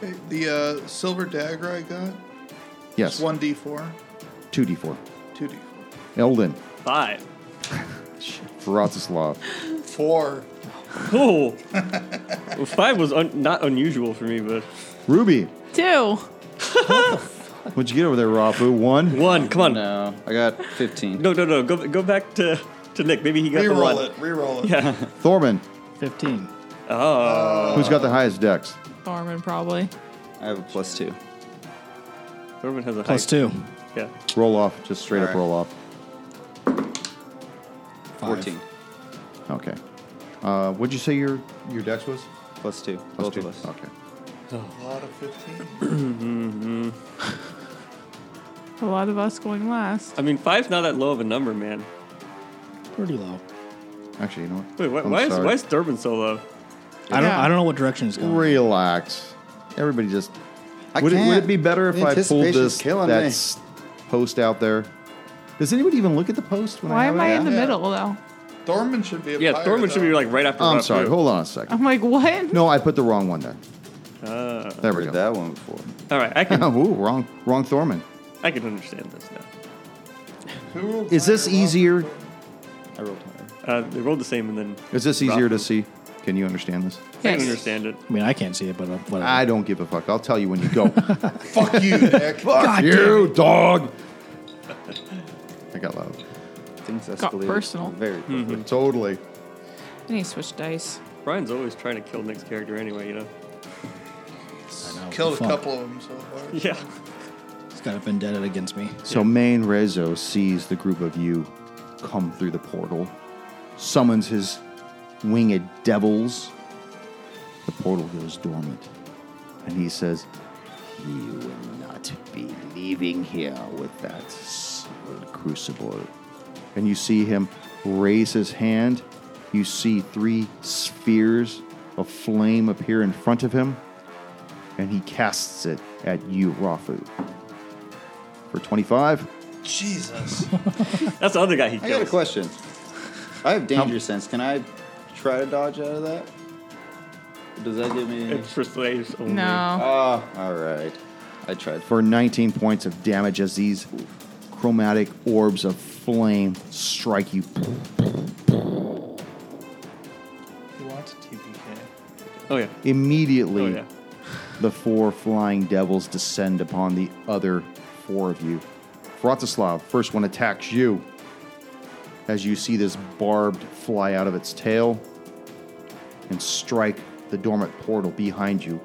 S6: Hey, The uh, silver dagger I got.
S9: Yes,
S6: One D four,
S9: 2d4.
S6: two D four.
S9: Elden,
S4: Five.
S9: Vratislav.
S6: Four.
S4: Oh. Well, Five was un- not unusual for me, but
S9: Ruby,
S3: Two.
S9: what'd you get over there, Rafu? One?
S4: one. Come on. No,
S8: No, I got 15.
S4: no, no. Go, go back to, to Nick. Maybe he got the
S6: Reroll
S4: run.
S6: it. Reroll it.
S9: Thorman,
S7: 15.
S4: Oh.
S9: who's got the highest dex?
S3: Thorman probably.
S8: I have a plus two.
S4: Thorman has a
S7: Plus
S4: height.
S7: two.
S4: Yeah.
S9: Roll off, just straight up
S8: All right.
S9: roll off.
S7: Five.
S8: 14.
S9: Okay. Uh, what'd you say your, your dex was?
S8: Plus two.
S9: Plus
S8: Both
S9: two.
S8: of us.
S9: Okay.
S6: A lot of fifteen.
S3: A lot of us going last.
S4: I mean, five's not that low of a number, man.
S7: Pretty low.
S9: Actually, you know what?
S4: Wait, why,
S9: I'm
S4: why is
S9: sorry.
S4: why is Durbin so low?
S7: I don't.
S3: Yeah.
S7: I don't know what direction it's going.
S9: Relax. Everybody just.
S8: I
S9: would, it, would
S8: can't.
S9: it be better if I pulled
S8: Anticipation's
S9: this
S8: killing
S9: that
S8: me.
S9: s- post out there? Does anybody even look at the post
S4: Oh,
S9: when
S3: Why
S9: I have
S3: am
S9: it?
S3: I in the
S6: Yeah.
S3: middle though?
S6: Thorman should be. A
S4: Yeah,
S6: pirate,
S4: Thorman should be
S6: though.
S4: like right after.
S9: Oh, I'm
S4: Rob
S9: sorry.
S4: Blue.
S9: Hold on a second.
S3: I'm like, what?
S9: No, I put the wrong one there. there we
S8: Heard
S9: go.
S8: that one before.
S4: All right, I can
S9: Ooh, wrong, wrong Thorman.
S4: I can understand this now.
S6: Who rolled
S9: Is this
S6: higher, Rob?
S9: easier?
S8: I rolled higher.
S4: Uh, they rolled the same, and then
S9: Is this easier to see? Can you understand this?
S4: I can
S3: Yes.
S4: understand it.
S7: I mean, I can't see it, but uh, whatever.
S9: I don't give a fuck. I'll tell you when you go.
S6: Fuck you, Nick.
S9: fuck you, dog. I got loud. Mm-hmm.
S8: Things
S3: Got
S8: escalated
S3: personal.
S8: Very quickly.
S9: Totally.
S3: I need to switch dice.
S4: Brian's always trying to kill Nick's character anyway, you know.
S7: I know.
S6: Killed a
S7: Fuck.
S6: couple of them so far.
S4: Yeah.
S7: It's got a vendetta against me.
S9: So Main Rezo sees the group of you come through the portal, summons his winged devils. The portal goes dormant, and he says,
S1: You will not be leaving here with that soul crucible.
S9: and you see him raise his hand. You see three spheres of flame appear in front of him, and he casts it at you, Rafu. For 25,
S6: Jesus.
S4: That's the other guy he
S8: I got a
S4: killed.
S8: question. I have danger sense. Can I try to dodge out of that? Does that give me?
S4: It's persuasion only.
S3: No.
S8: Ah, all right. I tried.
S9: for 19 points of damage as these chromatic orbs of flame strike you.
S6: He wants a TPK.
S4: Oh yeah.
S9: Immediately,
S4: Oh yeah.
S9: the four flying devils descend upon the other four of you. Vratislav, first one attacks you. As you see this barbed fly out of its tail and strike the dormant portal behind you.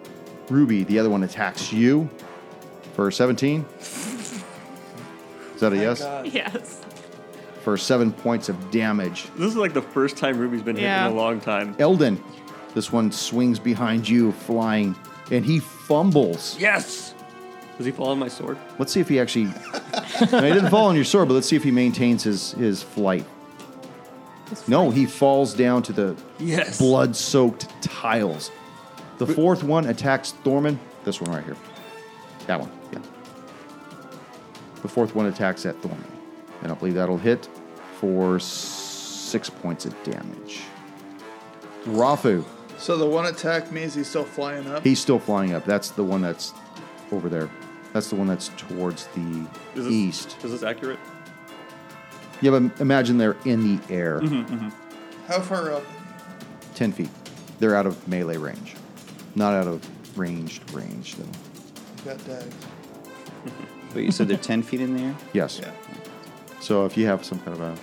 S9: Ruby, the other one attacks you for 17. Is that a yes?
S4: Uh,
S3: Yes.
S9: For seven points of damage.
S4: This is like the first time Ruby's been hit
S3: Yeah.
S4: in a long time.
S9: Elden, this one swings behind you, flying, and he fumbles.
S4: Yes. Does he fall on my sword?
S9: Let's see if he actually. No, he didn't fall on your sword, but let's see if he maintains his his flight. No, he falls down to the
S4: Yes.
S9: blood soaked tiles. The fourth one attacks Thorman. This one right here. That one. Yeah. The fourth one attacks at Thorman. I don't believe that'll hit for s- six points of damage. Rafu,
S6: So the one attacked me. Is he still flying up?
S9: he's still flying up. That's the one that's over there. That's the one that's towards the
S4: Is this,
S9: east.
S4: Is this accurate?
S9: Yeah, but imagine they're in the air,
S6: Mm-hmm. How far up?
S9: 10 feet. They're out of melee range. Not out of ranged range, though.
S6: You got daggers.
S8: Wait, you said they're ten feet in the air?
S9: Yes.
S6: Yeah.
S9: So if you have some kind of a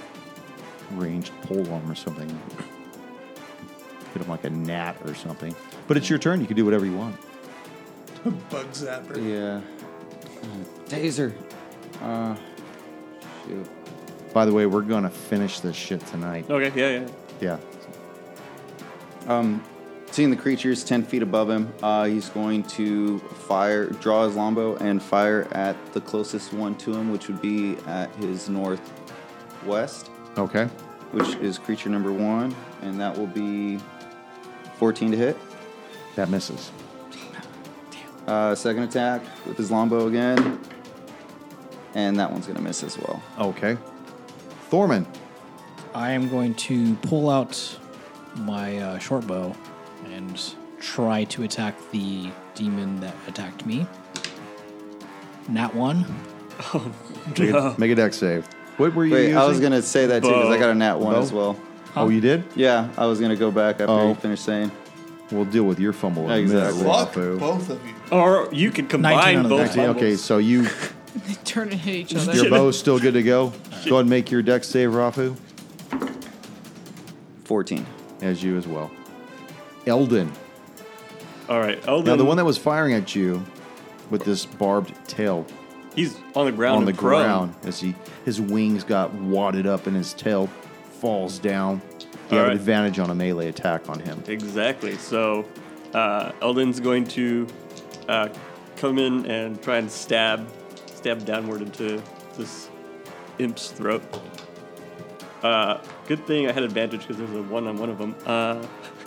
S9: ranged polearm or something, hit them like a gnat or something. But it's your turn. You can do whatever you want.
S6: Bug zapper.
S8: Yeah. Taser. Uh, shoot.
S9: By the way, we're going to finish this shit tonight.
S4: Okay. Yeah. Yeah.
S9: Yeah.
S8: Um, seeing the creatures ten feet above him, uh, he's going to fire, draw his longbow, and fire at the closest one to him, which would be at his northwest,
S9: Okay.
S8: which is creature number one, and that will be fourteen to hit.
S9: That misses.
S8: Uh, second attack with his longbow again, and that one's gonna miss as well.
S9: Okay. Thorman.
S7: I am going to pull out my uh, short bow and try to attack the demon that attacked me. Nat one.
S9: Make a, make a deck save. What were you
S8: Wait,
S9: using?
S8: I was gonna say that too because I
S4: Bow.
S8: got a nat one
S9: Bow?
S8: as well.
S9: Oh, you did?
S8: Yeah, I was gonna go back after
S9: Oh.
S8: you finished saying.
S9: We'll deal with your fumble. in a minute,
S8: Exactly.
S6: Fuck
S9: Rafu.
S6: both of you.
S4: Or you can combine
S7: out of the
S4: both.
S7: nineteen,
S4: levels.
S9: Okay, so you
S3: They turn and hit each other.
S9: your bow's still good to go. Go ahead and make your deck save, Rafu,
S8: Fourteen.
S9: as you as well. Eldon.
S4: All right. Elden,
S9: Now the one that was firing at you with this barbed tail
S4: he's on the ground.
S9: on the
S4: and prone.
S9: ground as he his wings got wadded up and his tail falls down. You have
S4: All right.
S9: advantage on a melee attack on him.
S4: Exactly. So, uh, Eldon's going to uh, come in and try and stab, stab downward into this imp's throat. Uh, good thing I had advantage because there's a one on one of them. Uh,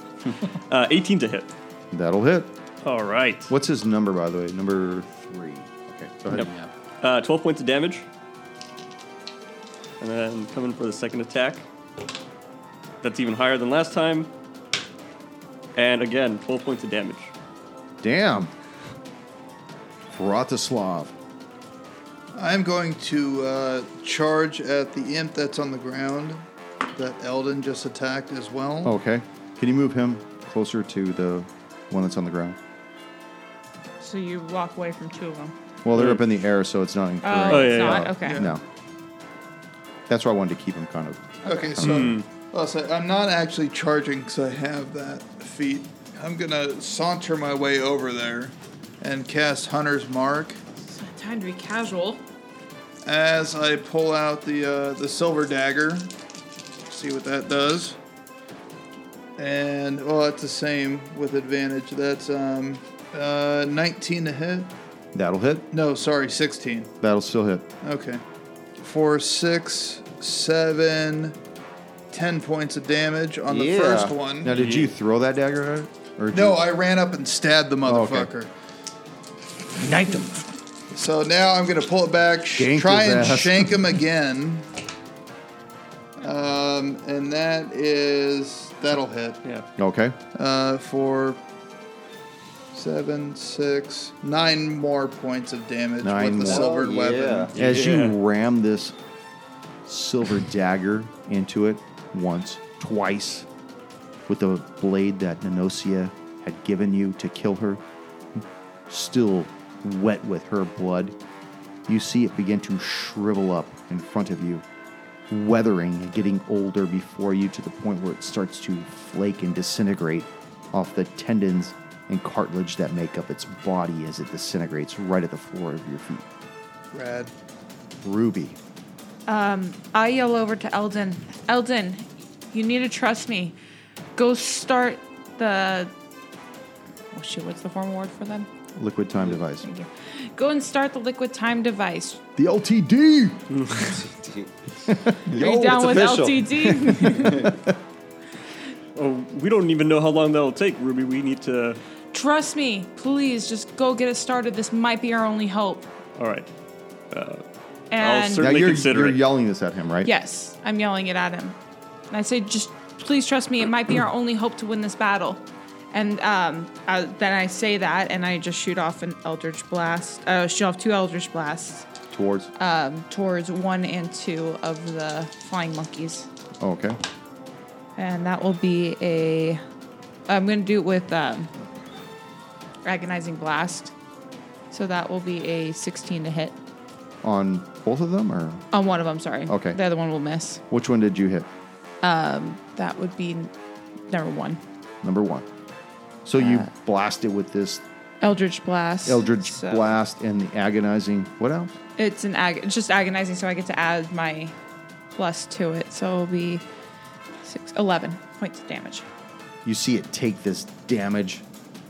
S4: uh, 18 to hit.
S9: That'll hit.
S4: All right.
S9: What's his number by the way? Number three. Okay. Go ahead.
S7: Yeah.
S4: Uh, 12 points of damage. And then coming for the second attack. That's even higher than last time. And again, 12 points of damage.
S9: Damn. Vratislav.
S6: I'm going to uh, charge at the imp that's on the ground that Eldon just attacked as well.
S9: Okay. Can you move him closer to the one that's on the ground?
S3: So you walk away from two of them.
S9: Well, they're up in the air, so it's not
S3: Oh,
S9: incurring.
S4: yeah,
S3: it's
S4: yeah,
S3: not?
S4: yeah.
S3: Okay.
S9: No. That's why I wanted to keep him kind of.
S6: Okay, so, oh, so I'm not actually charging because I have that feat. I'm gonna saunter my way over there and cast Hunter's Mark
S3: It's not time to be casual.
S6: as I pull out the uh, the silver dagger. See what that does. And well, that's the same with advantage. That's um, uh, 19 to hit.
S9: That'll hit.
S6: No, sorry, 16.
S9: That'll still hit.
S6: Okay. Four, six, seven, ten points of damage on the
S8: Yeah.
S6: first one.
S9: Now, did you throw that dagger at it? Or did
S6: No,
S9: you-
S6: I ran up and stabbed the
S9: Oh, okay.
S6: motherfucker.
S7: Unite them.
S6: So now I'm gonna pull it back, sh-
S9: Ganked
S6: try
S9: his
S6: and
S9: ass.
S6: shank him again. Um, and that is that'll hit
S4: Yeah.
S9: Okay.
S6: uh, for seven, six, nine more points of damage
S9: Nine
S6: with the
S9: more.
S6: silvered
S8: Oh,
S6: weapon.
S8: yeah.
S9: As
S4: Yeah.
S9: you ram this silver dagger into it once, twice, with the blade that Nanosia had given you to kill her, still wet with her blood, you see it begin to shrivel up in front of you, weathering and getting older before you to the point where it starts to flake and disintegrate off the tendons and cartilage that make up its body as it disintegrates right at the floor of your feet.
S6: Rad.
S9: Ruby.
S3: I yell over to Eldon. Eldon, you need to trust me. Go start the. Oh shoot! What's the formal word for them?
S9: Liquid time device.
S3: Thank you. Go and start the liquid time device.
S9: The LTD.
S3: Are you down with
S8: official.
S3: LTD?
S4: Oh, we don't even know how long that'll take, Ruby. We need to.
S3: Trust me, please. Just go get it started. This might be our only hope.
S4: All right.
S3: And
S4: certainly-
S9: Now you're,
S4: consider
S9: you're
S4: it.
S9: yelling this at him, right?
S3: yes, I'm yelling it at him, and I say, just please trust me. It might be our only hope to win this battle. And um, uh, then I say that, and I just shoot off an eldritch blast. Uh, shoot off two eldritch blasts. um,
S9: Towards.
S3: Uh. towards one and two of the flying monkeys.
S9: oh, okay.
S3: And that will be a. I'm going to do it with um, Agonizing Blast. So that will be a 16 to hit.
S9: On both of them, or
S3: On one of them, sorry.
S9: Okay.
S3: The other one will miss.
S9: which one did you hit?
S3: That would be n- number one.
S9: Number one. So you blast it with this
S3: Eldritch Blast.
S9: Eldritch
S3: So
S9: blast and the agonizing. What else?
S3: It's an ag- it's just agonizing, so I get to add my plus to it. So it'll be six, 11 points of damage.
S9: You see it take this damage,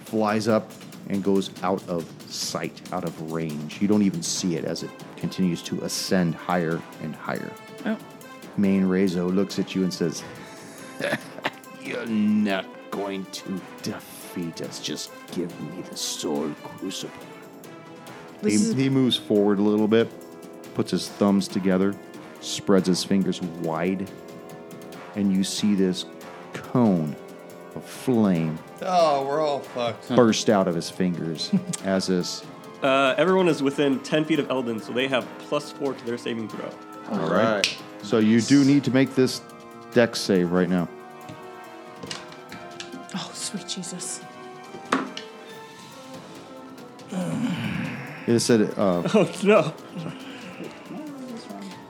S9: flies up, and goes out of sight, out of range. You don't even see it as it continues to ascend higher and higher.
S3: Oh.
S9: Main Rezo looks at you and says, You're not going to defeat us. Just give me the soul crucible. He,
S3: This is
S9: he moves forward a little bit, puts his thumbs together, spreads his fingers wide, and you see this cone of flame
S6: Oh, we're all fucked.
S9: burst out of his fingers as this.
S4: Uh, everyone is within 10 feet of Eldon, so they have plus four to their saving throw.
S8: All right.
S9: So you do need to make this deck save right now.
S3: Oh, sweet Jesus.
S9: It said, uh,
S4: Oh, no.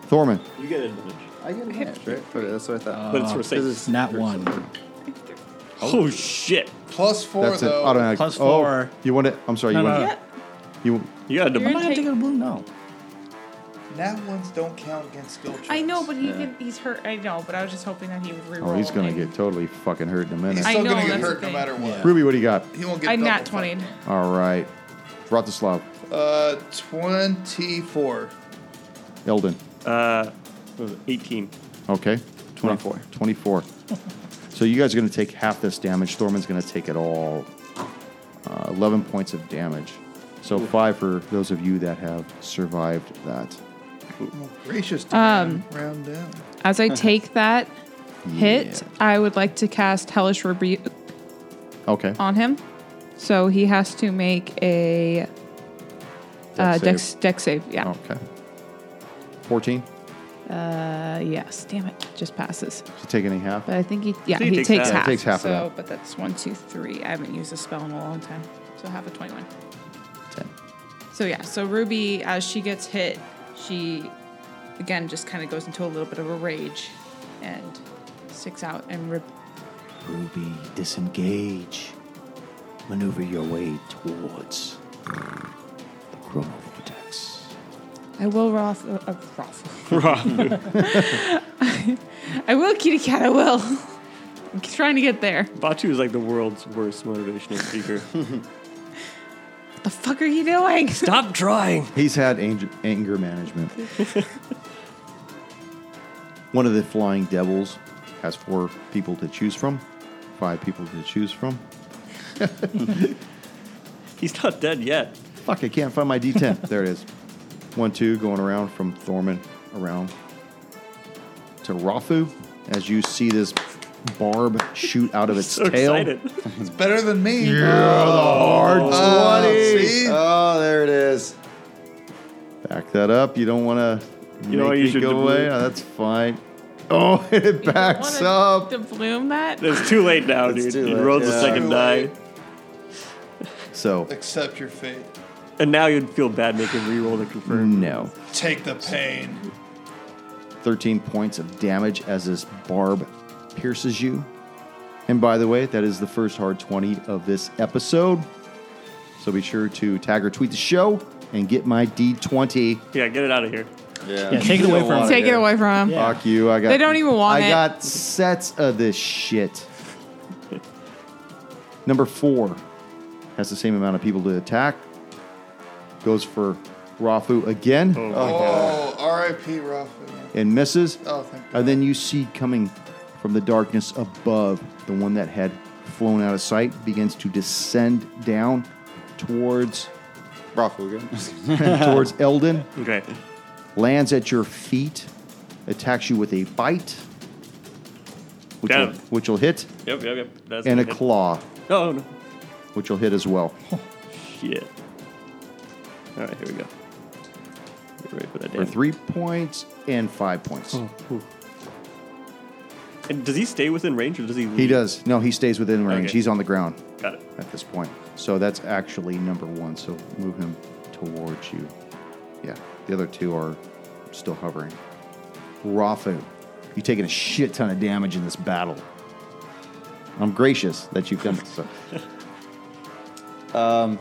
S9: Thorman,
S4: You get advantage.
S8: I get an edge, right? Okay, that's what I thought.
S4: But Uh, it's for
S8: This
S4: safety.
S8: is-
S7: Not one.
S4: Oh, shit.
S6: Plus four
S9: that's an
S6: though.
S9: automatic.
S7: Plus
S9: oh,
S7: four.
S9: you want to? I'm sorry. you
S7: No,
S9: want
S7: no.
S9: to? You
S4: You got a
S3: You're
S4: deb-
S7: Am I not
S3: Take-
S7: taking a blue? No.
S6: Nat ones don't count against skill checks.
S3: I know, but he can, he's hurt. I know, but I was just hoping that he would reroll.
S9: Oh, he's gonna
S3: and-
S9: get totally fucking hurt in a minute.
S6: He's
S3: I
S6: still
S3: know,
S6: gonna get
S3: that's the
S6: hurt no
S3: thing.
S6: matter what.
S9: Ruby, what do you got?
S6: He won't get.
S3: I nat
S6: double fucked.
S3: 20.
S9: All right, Vratislav,
S6: Uh, twenty-four.
S9: Eldon.
S4: uh, what was it, 18.
S9: Okay.
S8: 24.
S9: 24. so you guys are going to take half this damage. Thorman's going to take it all. Uh, 11 points of damage. So five for those of you that have survived that.
S6: Oh, Gracious. Um, round down.
S3: As I take that hit, I would like to cast Hellish Rebuke
S9: Okay.
S3: on him. So he has to make a uh,
S9: Dex
S3: dex,
S9: save.
S3: dex save. Yeah.
S9: Okay. 14. Oh.
S3: Uh, yes. Damn it. Just passes.
S9: So take any half.
S3: But I think he, yeah,
S4: So he
S3: he
S4: takes
S3: takes,
S4: half.
S3: half.
S9: He takes half of
S3: so,
S9: that.
S3: But that's one, two, three. I haven't used a spell in a long time. So half of 21.
S9: 10.
S3: So yeah, so Ruby, as she gets hit, she again just kind of goes into a little bit of a rage and sticks out and rip.
S1: Ruby, disengage. Maneuver your way towards the chrono vortex.
S3: I will Roth. Uh, uh, Roth. I will, kitty cat. I will. I'm trying to get there.
S4: Batu is like the world's worst motivational speaker.
S3: What the fuck are you doing?
S4: Stop trying.
S9: He's had anger, anger management. One of the flying devils has four people to choose from, five people to choose from.
S4: He's not dead yet.
S9: Fuck, I can't find my D10. there it is. One, two, going around from Thorman around to Rafu as you see this barb shoot out of its
S4: So
S9: tail.
S4: excited.
S6: It's better than me.
S9: Hard
S6: Oh,
S9: 20.
S6: see?
S9: Oh, there it is. Back that up. You don't want to
S4: You know, I
S9: make
S4: use
S9: it
S4: your
S9: go away.
S4: doubloon.
S9: Oh, that's fine. Oh, it backs up.
S3: To bloom that?
S4: It's too late now,
S9: It's
S4: dude.
S9: too
S4: You
S9: late,
S4: rolled the
S9: yeah.
S4: second
S6: Too
S4: die,
S6: late.
S9: So,
S6: Accept your fate.
S4: and now you'd feel bad making re-roll to confirm.
S9: no.
S6: Take the pain.
S9: 13 points of damage as this barb pierces you. And by the way, that is the first hard 20 of this episode. So be sure to tag or tweet the show and get my D20.
S4: Yeah, get it out of here.
S7: Yeah, take it away from him.
S3: Take it away from him.
S9: Fuck you. I got
S3: They don't even want
S9: I
S3: it.
S9: got sets of this shit. Number four has the same amount of people to attack. Goes for Rafu again
S6: Oh, R.I.P. Ruffin.
S9: and misses.
S6: Oh, thank God.
S9: And then you see coming from the darkness above, the one that had flown out of sight begins to descend down towards
S8: Rafu again.
S9: towards Eldon,
S4: Okay.
S9: lands at your feet, attacks you with a bite, which, will,
S4: Damn.
S9: which will hit,
S4: Yep, yep, yep. That's
S9: and a
S4: it.
S9: claw,
S4: Oh no.
S9: which will hit as well.
S4: Shit. All right, here we go. Get ready for that
S9: For
S4: damn.
S9: three points and five points.
S4: And does he stay within range or does he? Leave?
S9: He does. No, he stays within range.
S4: Okay.
S9: He's on the ground
S4: Got it.
S9: at this point. So that's actually number one. So move him towards you. Yeah. The other two are still hovering. Rafu, you've taken a shit ton of damage in this battle. I'm gracious that you've done it. So.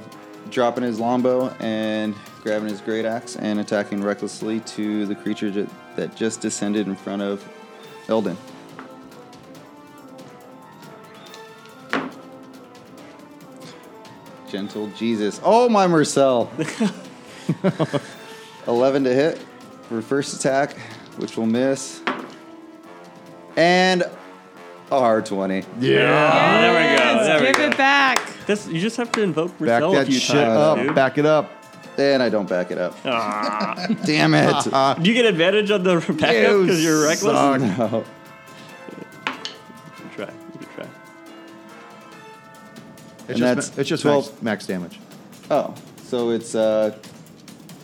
S8: Dropping his longbow and grabbing his great axe and attacking recklessly to the creature ju- that just descended in front of Eldon. Gentle Jesus. Oh, my Marcel. 11 to hit for first attack, which will miss. And a hard 20.
S4: Ah, there we go.
S3: Yes,
S4: There we
S3: give
S4: go.
S3: it back.
S4: This, you just have to invoke
S9: Back
S4: Marcel a
S9: that
S4: few
S9: shit
S4: times,
S9: up.
S4: dude.
S9: Uh, Back it up.
S8: And I don't back it up.
S4: Ah.
S8: Damn it. Oh,
S4: Do you get advantage on the backup because you're reckless?
S9: suck.
S8: No.
S4: You can try. You can try.
S9: It's
S8: And
S9: just,
S8: that's
S9: ma- it's just
S8: 12.
S9: max, max damage.
S8: Oh, so it's uh,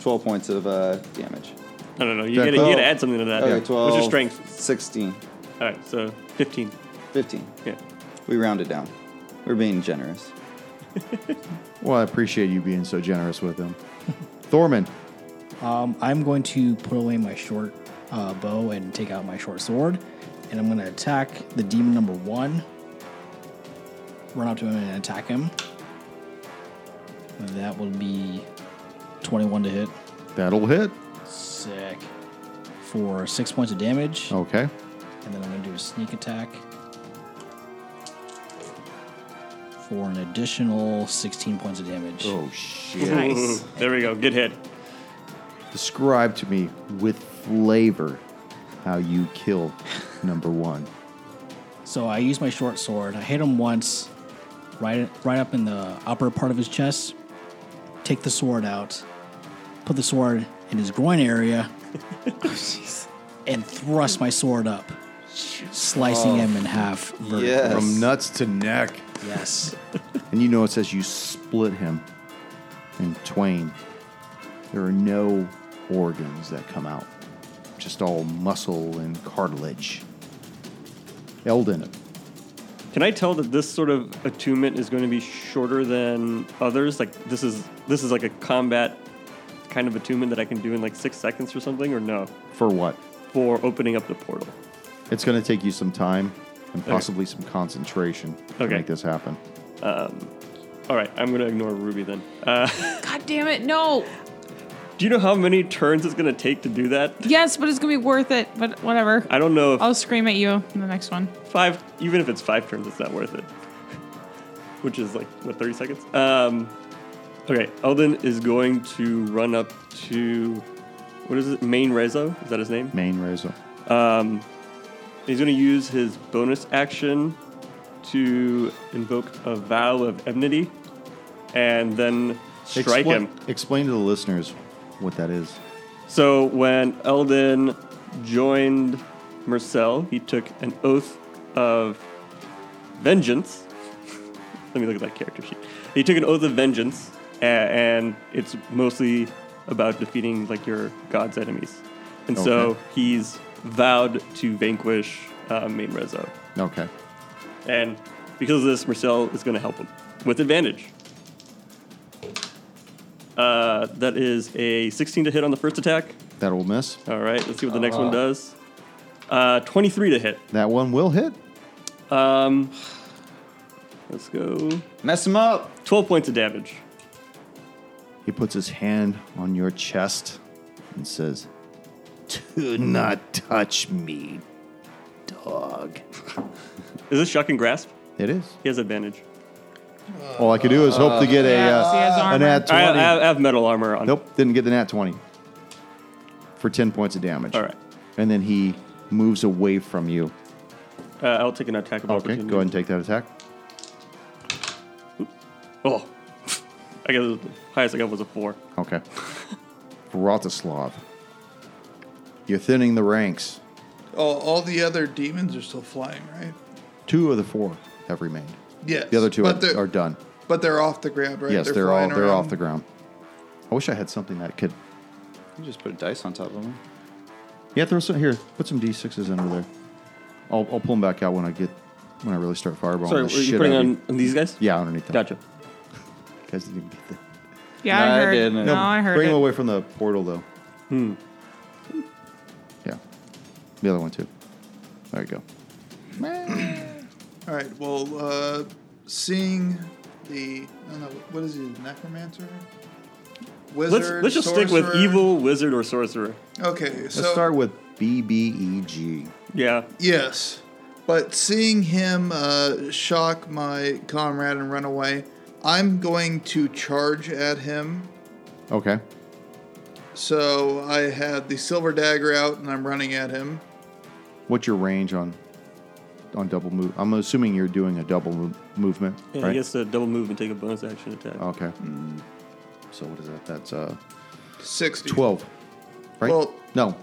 S8: 12 points of uh, damage.
S4: No, no, no. You
S9: Jack,
S4: gotta, you gotta
S8: oh.
S4: add something to that.
S8: Okay, 12.
S4: Uh, What's your strength?
S8: 16.
S4: All right, so 15.
S8: 15.
S4: Yeah.
S8: We rounded down. We're being generous.
S9: Well, I appreciate you being so generous with him. Thorman,
S7: Um, I'm going to put away my short uh, bow and take out my short sword, and I'm going to attack the demon number one. Run up to him and attack him. That will be 21 to hit.
S9: that'll hit.
S7: Sick. For six points of damage,
S9: Okay.
S7: and then I'm going to do a sneak attack for an additional 16 points of damage.
S9: Oh, shit.
S4: Nice. There we go. Good hit.
S9: Describe to me with flavor how you kill number one.
S7: So I use my short sword. I hit him once, right, right up in the upper part of his chest. Take the sword out, put the sword in his groin area, and thrust my sword up, slicing him in half. vertically.
S8: Yes.
S9: From nuts to neck.
S7: Yes.
S9: And you know it says you split him in twain. There are no organs that come out, just all muscle and cartilage. Eldon,
S4: Can I tell that this sort of attunement is going to be shorter than others? Like this is this is like a combat kind of attunement that I can do in like six seconds or something, or no?
S9: for what?
S4: For opening up the portal.
S9: It's going to take you some time and possibly some concentration to
S4: Okay.
S9: make this happen.
S4: All right, I'm gonna ignore Ruby then. Uh,
S3: God damn it, no.
S4: do you know how many turns it's gonna take to do that?
S3: Yes, but it's gonna be worth it. But whatever.
S4: I don't know if
S3: I'll scream at you in the next one.
S4: five even if it's five turns it's not worth it which is like what 30 seconds um okay elden is going to run up to what is it main rezo is that his name
S9: Main razor.
S4: he's going to use his bonus action to invoke a vow of enmity and then strike
S9: Expla-
S4: him.
S9: Explain to the listeners what that is.
S4: So when Eldon joined Marcel, he took an oath of vengeance. Let me look at that character sheet. He took an oath of vengeance, a- and it's mostly about defeating like your god's enemies. And so
S9: Okay.
S4: he's vowed to vanquish uh, Main Rezo.
S9: Okay.
S4: And because of this, Marcel is going to help him with advantage. Uh, that is a 16 to hit on the first attack.
S9: That will miss.
S4: All right, let's see what the next
S9: Uh-huh.
S4: one does. Uh, 23 to hit.
S9: That one will hit.
S4: Um, let's go.
S8: Mess him up.
S4: 12 points of damage.
S9: He puts his hand on your chest and says, Do not touch me, dog.
S4: Is this shock and grasp?
S9: It is.
S4: He has advantage.
S9: All I could do is hope to get a
S3: he has
S9: uh, an
S3: armor.
S9: at
S4: I, I
S9: 20.
S4: I have metal armor on.
S9: Nope, didn't get the nat 20 for 10 points of damage.
S4: All right.
S9: And then he moves away from you.
S4: Uh, I'll take an attack of
S9: Okay,
S4: opportunity.
S9: go ahead and take that attack.
S4: Oh, I guess the highest I got was a four.
S9: Okay. Vratislav. You're thinning the ranks.
S6: Oh, all the other demons are still flying, right?
S9: Two of the four have remained.
S6: Yes.
S9: The other two
S6: but
S9: are,
S6: they're-
S9: are done.
S6: But they're off the ground, right?
S9: yes, they're, all
S6: flying
S9: they're off
S6: around.
S9: the ground. I wish I had something that could.
S8: You just put a dice on top of him.
S9: Yeah, throw some here. Put some d6s under there. I'll, I'll pull them back out when I get when I really start fireballing.
S4: Sorry,
S9: the
S4: were
S9: shit
S4: you putting
S9: out of
S4: on, on these guys?
S9: Yeah, underneath them.
S4: Gotcha.
S9: You guys didn't even get the-
S3: Yeah,
S8: No, I
S3: I heard.
S8: didn't.
S3: No,
S8: No,
S3: I heard
S9: Bring
S3: it.
S9: him away from the portal though. Hmm. Yeah. The other one too. There you go.
S6: All right. Well, uh, seeing the I don't know what is he, a necromancer, wizard.
S4: Let's, let's just stick with
S6: sorcerer?
S4: evil, wizard, or sorcerer.
S6: Okay.
S9: Let's
S6: So
S9: start with E BBEG.
S4: Yeah.
S6: yes, but seeing him uh, shock my comrade and run away, I'm going to charge at him.
S9: Okay.
S6: So I had the silver dagger out and I'm running at him.
S9: What's your range on on double move? I'm assuming you're doing a double move, movement,
S4: Yeah,
S9: right? Oh.
S4: He has to double move and take a bonus action attack.
S9: Okay. Hmm. So what is that? That's uh,
S6: Sixty.
S9: twelve, right?
S6: Well-
S9: no.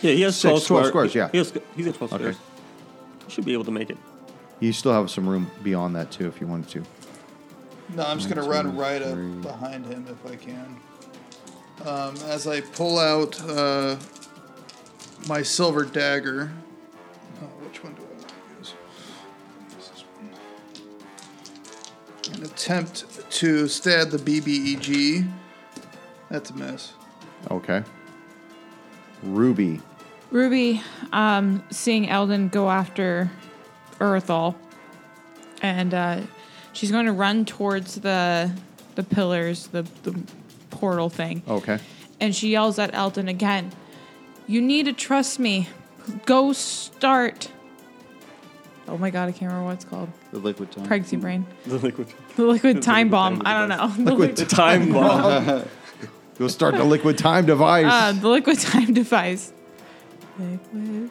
S4: Yeah, he has 12
S9: Six, 12
S4: squares.
S9: squares, yeah.
S4: He has, he's at 12
S9: Okay.
S4: squares. He should be able to make it.
S9: You still have some room beyond that too, if you wanted to.
S6: No, I'm just gonna
S9: One,
S6: run
S9: two,
S6: right up
S9: three.
S6: behind him if I can. Um, as I pull out uh, my silver dagger. Oh, which one do I want to use? This is one. An attempt to stab the BBEG. That's a miss.
S9: Okay. Ruby,
S3: Ruby, um, seeing Eldon go after Urathol, and uh, she's going to run towards the the pillars, the, the portal thing.
S9: okay.
S3: and she yells at Elton again. You need to trust me. Go start. Oh my god, I can't remember what it's called.
S8: The liquid time.
S3: Pregnancy brain.
S4: The liquid.
S3: The liquid time
S4: liquid
S3: bomb.
S4: time
S3: I don't know. The
S4: The
S3: liquid,
S4: time bomb.
S9: Go start the liquid time device.
S3: uh, the liquid time device. Liquid.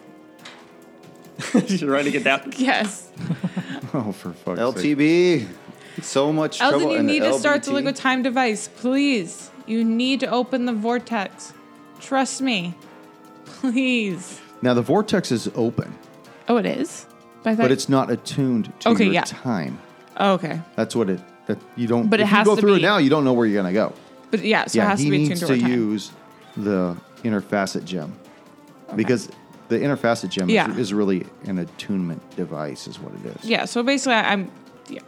S4: She's writing it down.
S3: Yes.
S9: oh, for fuck's sake!
S8: LTB. So much
S3: Elton,
S8: trouble.
S3: you
S8: in the
S3: need to start the
S8: LBT.
S3: liquid time device, please. You need to open the vortex. Trust me. Please.
S9: Now the vortex is open,
S3: Oh, it is? But, I thought-
S9: but it's not attuned to
S3: Okay,
S9: your
S3: yeah.
S9: time.
S3: Oh, okay.
S9: That's what it. That you don't.
S3: But it
S9: if
S3: has
S9: you go
S3: to
S9: through it
S3: be-
S9: now. You don't know where you're gonna go.
S3: But yeah, so it
S9: yeah,
S3: has
S9: he
S3: to be tuned
S9: needs
S3: to,
S9: to
S3: our time.
S9: use the inner facet gem because the inner facet gem
S3: Yeah.
S9: is, is really an attunement device, is what it is.
S3: Yeah, so basically I, I'm yeah.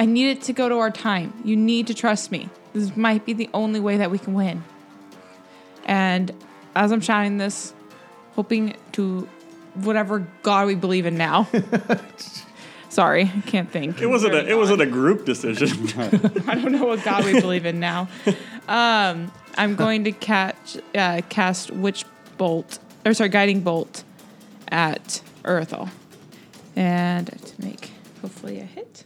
S3: I need it to go to our time. You need to trust me. This might be the only way that we can win. And as I'm shouting this, hoping to whatever god we believe in now. Sorry, I can't think.
S4: It wasn't a it wasn't a group decision.
S3: I don't know what god we believe in now. Um, I'm going to catch uh, cast witch bolt or sorry, guiding bolt at Earthal. And I have to make hopefully a hit.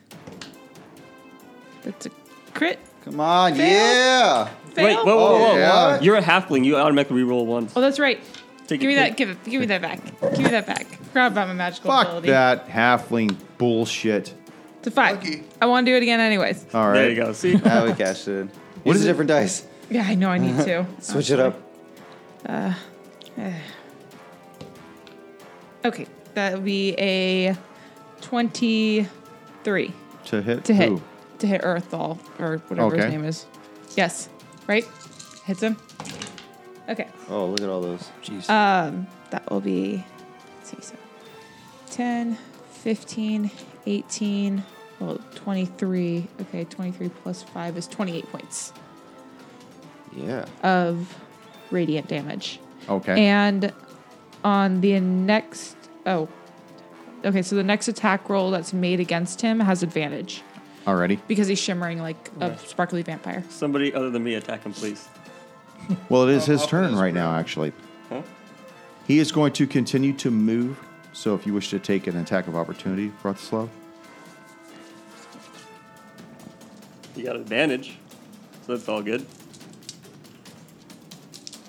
S3: That's a crit.
S8: Come on, yeah.
S3: Fail.
S4: Wait, whoa, whoa, whoa,
S9: Oh,
S4: whoa.
S8: Yeah.
S4: You're a halfling. You automatically reroll once.
S3: Oh, that's right.
S4: Take
S3: give
S4: a
S3: me that.
S4: hit.
S3: Give it. Give me that back. Give me that back. Grab by my magical
S9: Fuck
S3: ability.
S9: that halfling bullshit.
S3: It's a five.
S6: Lucky.
S3: I want to do it again, anyways.
S9: All right.
S4: There you go. See?
S8: Now Ah, we cashed it in. What is a different dice?
S3: Yeah, I know I need to.
S8: Switch it up.
S3: Okay, that would be a twenty-three
S9: To hit.
S3: to hit
S9: who?
S3: to hit Earthall or whatever his
S9: Okay.
S3: name is. Yes, right. Hits him. Okay.
S8: Oh, look at all those.
S7: Jeez.
S3: Uh, That will be, let's see, so 10, 15, 18, well, 23. Okay, 23 plus 5 is 28 points
S8: Yeah.
S3: of radiant damage.
S9: Okay.
S3: And on the next, oh, okay, so the next attack roll that's made against him has advantage
S9: Alrighty.
S3: because he's shimmering like a sparkly vampire.
S4: Somebody other than me attack him, please.
S9: Well, it is his
S6: up
S9: turn
S6: is
S9: right now, actually. He is going to continue to move. So if you wish to take an attack of opportunity, Vratislav.
S4: You got advantage. So that's all good.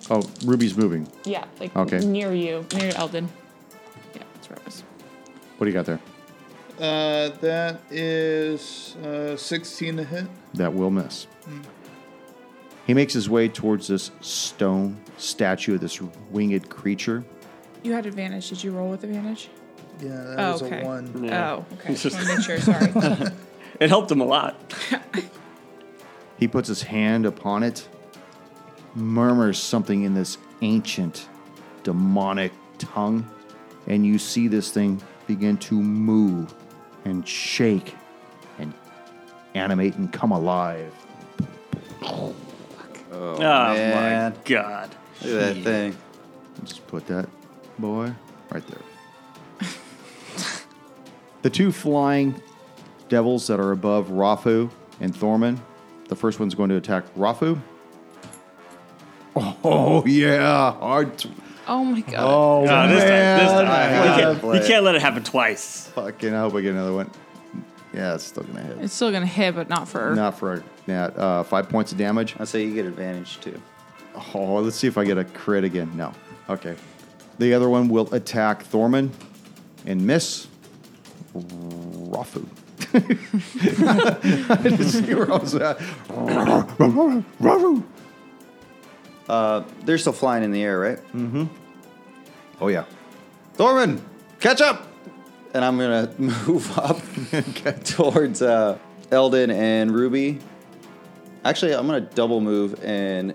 S9: Oh, Ruby's moving.
S3: Yeah, like
S9: Okay.
S3: near you, near Eldon. Yeah, that's where it was.
S9: What do you got there?
S6: Uh, that is uh, 16 to hit.
S9: That will miss. He makes his way towards this stone statue of this winged creature.
S3: You had advantage. Did you roll with advantage?
S6: Yeah, that
S3: Oh,
S6: was
S3: okay.
S6: a one.
S4: Yeah.
S3: Oh, okay.
S4: It's
S3: Just
S4: just-
S3: want to make sure. Sorry.
S4: It helped him a lot.
S9: He puts his hand upon it, murmurs something in this ancient demonic tongue, and you see this thing begin to move and shake and animate and come alive.
S4: Oh,
S8: man.
S4: my god.
S8: Look at that thing.
S9: Just put that boy right there. the two flying devils that are above Rafu and Thorman. The first one's going to attack Rafu. Oh yeah, hard. T-
S3: Oh my god.
S9: oh
S4: Ah, this time, this
S9: man.
S4: time.
S8: I
S4: You
S8: gotta
S4: can't-
S8: play
S4: you
S8: it.
S4: can't let it happen twice.
S9: Fucking, I hope I get another one. Yeah, it's still gonna hit.
S3: It's still gonna hit, but not for.
S9: Not for a nat. Uh, five points of damage.
S8: I say you get advantage too.
S9: Oh, let's see if I get a crit again. No. Okay. The other one will attack Thorman and miss Rafu. I didn't see where I was at. Rafu.
S8: They're still flying in the air, right?
S9: Oh yeah.
S8: Thorman, catch up! And I'm gonna move up towards uh, Eldon and Ruby. Actually, I'm gonna double move and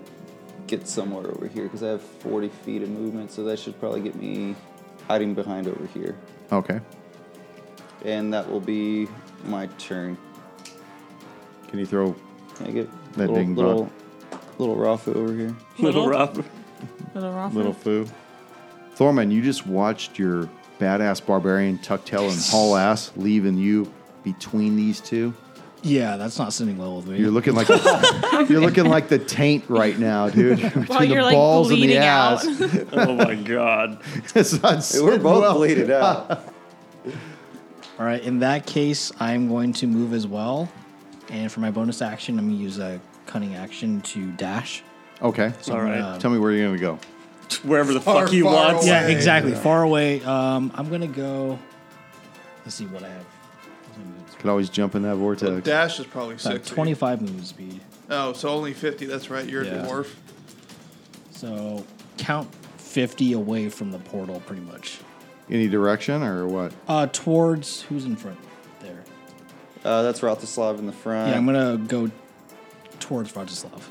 S8: get somewhere over here because I have 40 feet of movement, so that should probably get me hiding behind over here.
S9: Okay.
S8: And that will be my turn.
S9: Can you throw?
S8: Can I get
S9: That
S8: little,
S9: ding bot.
S8: little, little Rafa over here?
S4: Little rough.
S3: Little Rafa.
S9: Little foo. Thorman, you just watched your badass barbarian tuck tail and haul ass, leaving you between these two.
S7: yeah, that's not sitting well with me.
S9: You're looking like you're looking like the taint right now, dude. Between
S3: While you're like bleeding out.
S4: Oh my god.
S9: It's not
S8: We're
S9: sitting
S8: both
S9: well.
S8: bleeded out.
S7: All right, in that case, I'm going to move as well. And for my bonus action, I'm going to use a cunning action to dash.
S9: Okay.
S4: All right.
S9: Tell me where you're gonna go.
S4: Wherever the
S6: Far,
S4: fuck you
S6: far
S4: want.
S6: away.
S7: Yeah,
S6: Hey.
S7: exactly. Far away. Um, I'm going to go. Let's see what I have.
S9: Could always jump in that vortex.
S6: Dash is probably
S7: I have
S6: 60.
S7: 25 movement speed.
S6: Oh, so only 50. That's right. You're
S7: Yeah.
S6: a dwarf.
S7: So count 50 away from the portal, pretty much.
S9: Any direction or what?
S7: Uh, towards who's in front there?
S8: Uh, that's Rothslav in the front.
S7: Yeah, I'm going to go towards Vratislav.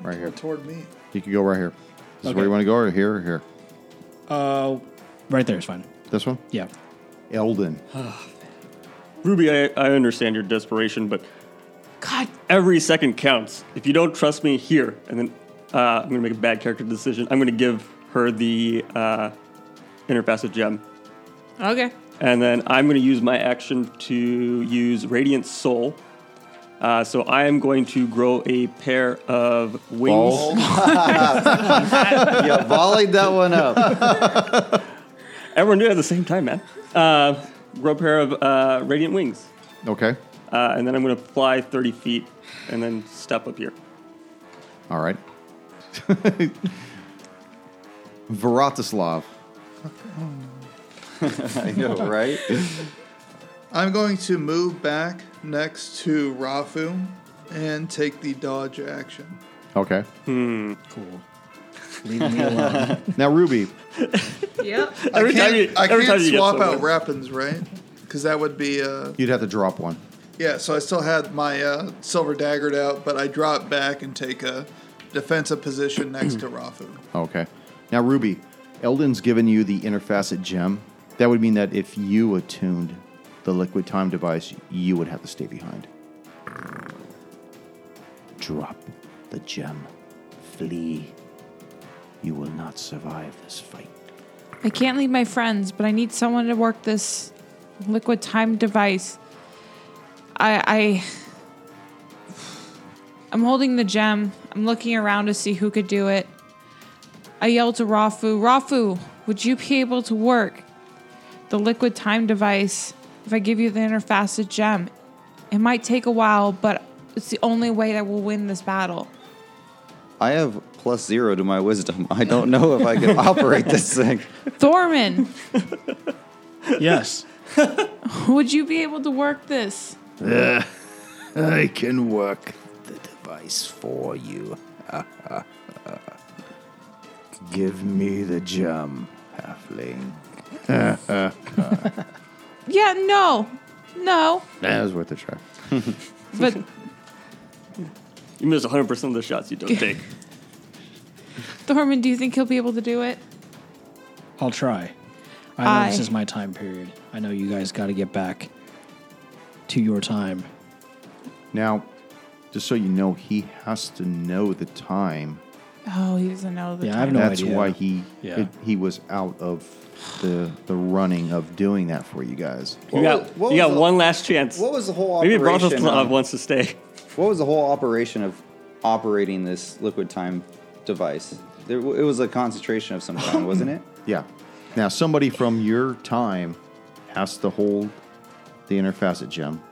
S9: Right here.
S6: Toward me.
S9: You could go right here. This is
S7: Okay.
S9: where you want to go, or here, or here.
S7: Uh, right there is fine.
S9: This one.
S7: Yeah.
S9: Elden.
S4: Ruby, I, I understand your desperation, but
S3: God.
S4: every second counts. If you don't trust me here, and then uh, I'm gonna make a bad character decision. I'm gonna give her the uh, inner passive gem,
S3: Okay.
S4: and then I'm gonna use my action to use radiant soul. Uh, so I am going to grow a pair of wings.
S8: yeah, volleyed that one up.
S4: Everyone do it at the same time, man. Uh, grow a pair of uh, radiant wings,
S9: Okay.
S4: uh, and then I'm gonna fly 30 feet, and then step up here.
S9: All right. Vratislav.
S8: I know, right?
S6: I'm going to move back next to Rafu and take the dodge action.
S9: Okay.
S7: Cool. Leave me alone.
S9: Now, Ruby,
S3: Yep.
S6: I
S4: Every time
S6: can't,
S4: you-
S6: I
S4: every
S6: can't
S4: time you get
S6: swap out
S4: somewhere.
S6: weapons, right? Because that would be uh,
S9: you'd have to drop one.
S6: Yeah, so I still had my uh, silver daggered out, but I drop back and take a defensive position next to Rafu.
S9: Okay. Now, Ruby, Eldon's given you the interfacet gem. That would mean that if you attuned the liquid time device, you would have to stay behind. Drop the gem. Flee. You will not survive this fight.
S3: I can't leave my friends, but I need someone to work this liquid time device. I, I I'm holding the gem. I'm looking around to see who could do it. I yell to Rafu, Rafu, would you be able to work the liquid time device if I give you the interfacet gem? It might take a while, but it's the only way that we'll win this battle.
S8: I have plus zero to my wisdom. I don't know if I can operate this thing.
S3: Thorman,
S7: yes.
S3: would you be able to work this?
S9: I can work the device for you. Give me the gem, halfling.
S3: Yeah, no. No.
S9: That was worth a try.
S3: But
S4: You miss 100% of the shots you don't take.
S3: Thorman, do you think he'll be able to do it?
S7: I'll try. I know this
S3: I-
S7: is my time period. I know you guys got to get back to your time.
S9: Now, just so you know, he has to know the time.
S3: Oh, he doesn't know the
S7: Yeah, I have
S3: time.
S7: no
S9: That's
S7: idea.
S9: why he
S7: Yeah.
S9: it- he was out of the the running of doing that for you guys.
S4: You got, you got one last chance.
S8: What was the whole
S4: Maybe
S8: operation?
S4: Bratislav
S8: of-
S4: wants to stay.
S8: What was the whole operation of operating this liquid time device? There, w- it was a concentration of some kind, wasn't it?
S9: Yeah. Now somebody from your time has to hold the interfacet gem,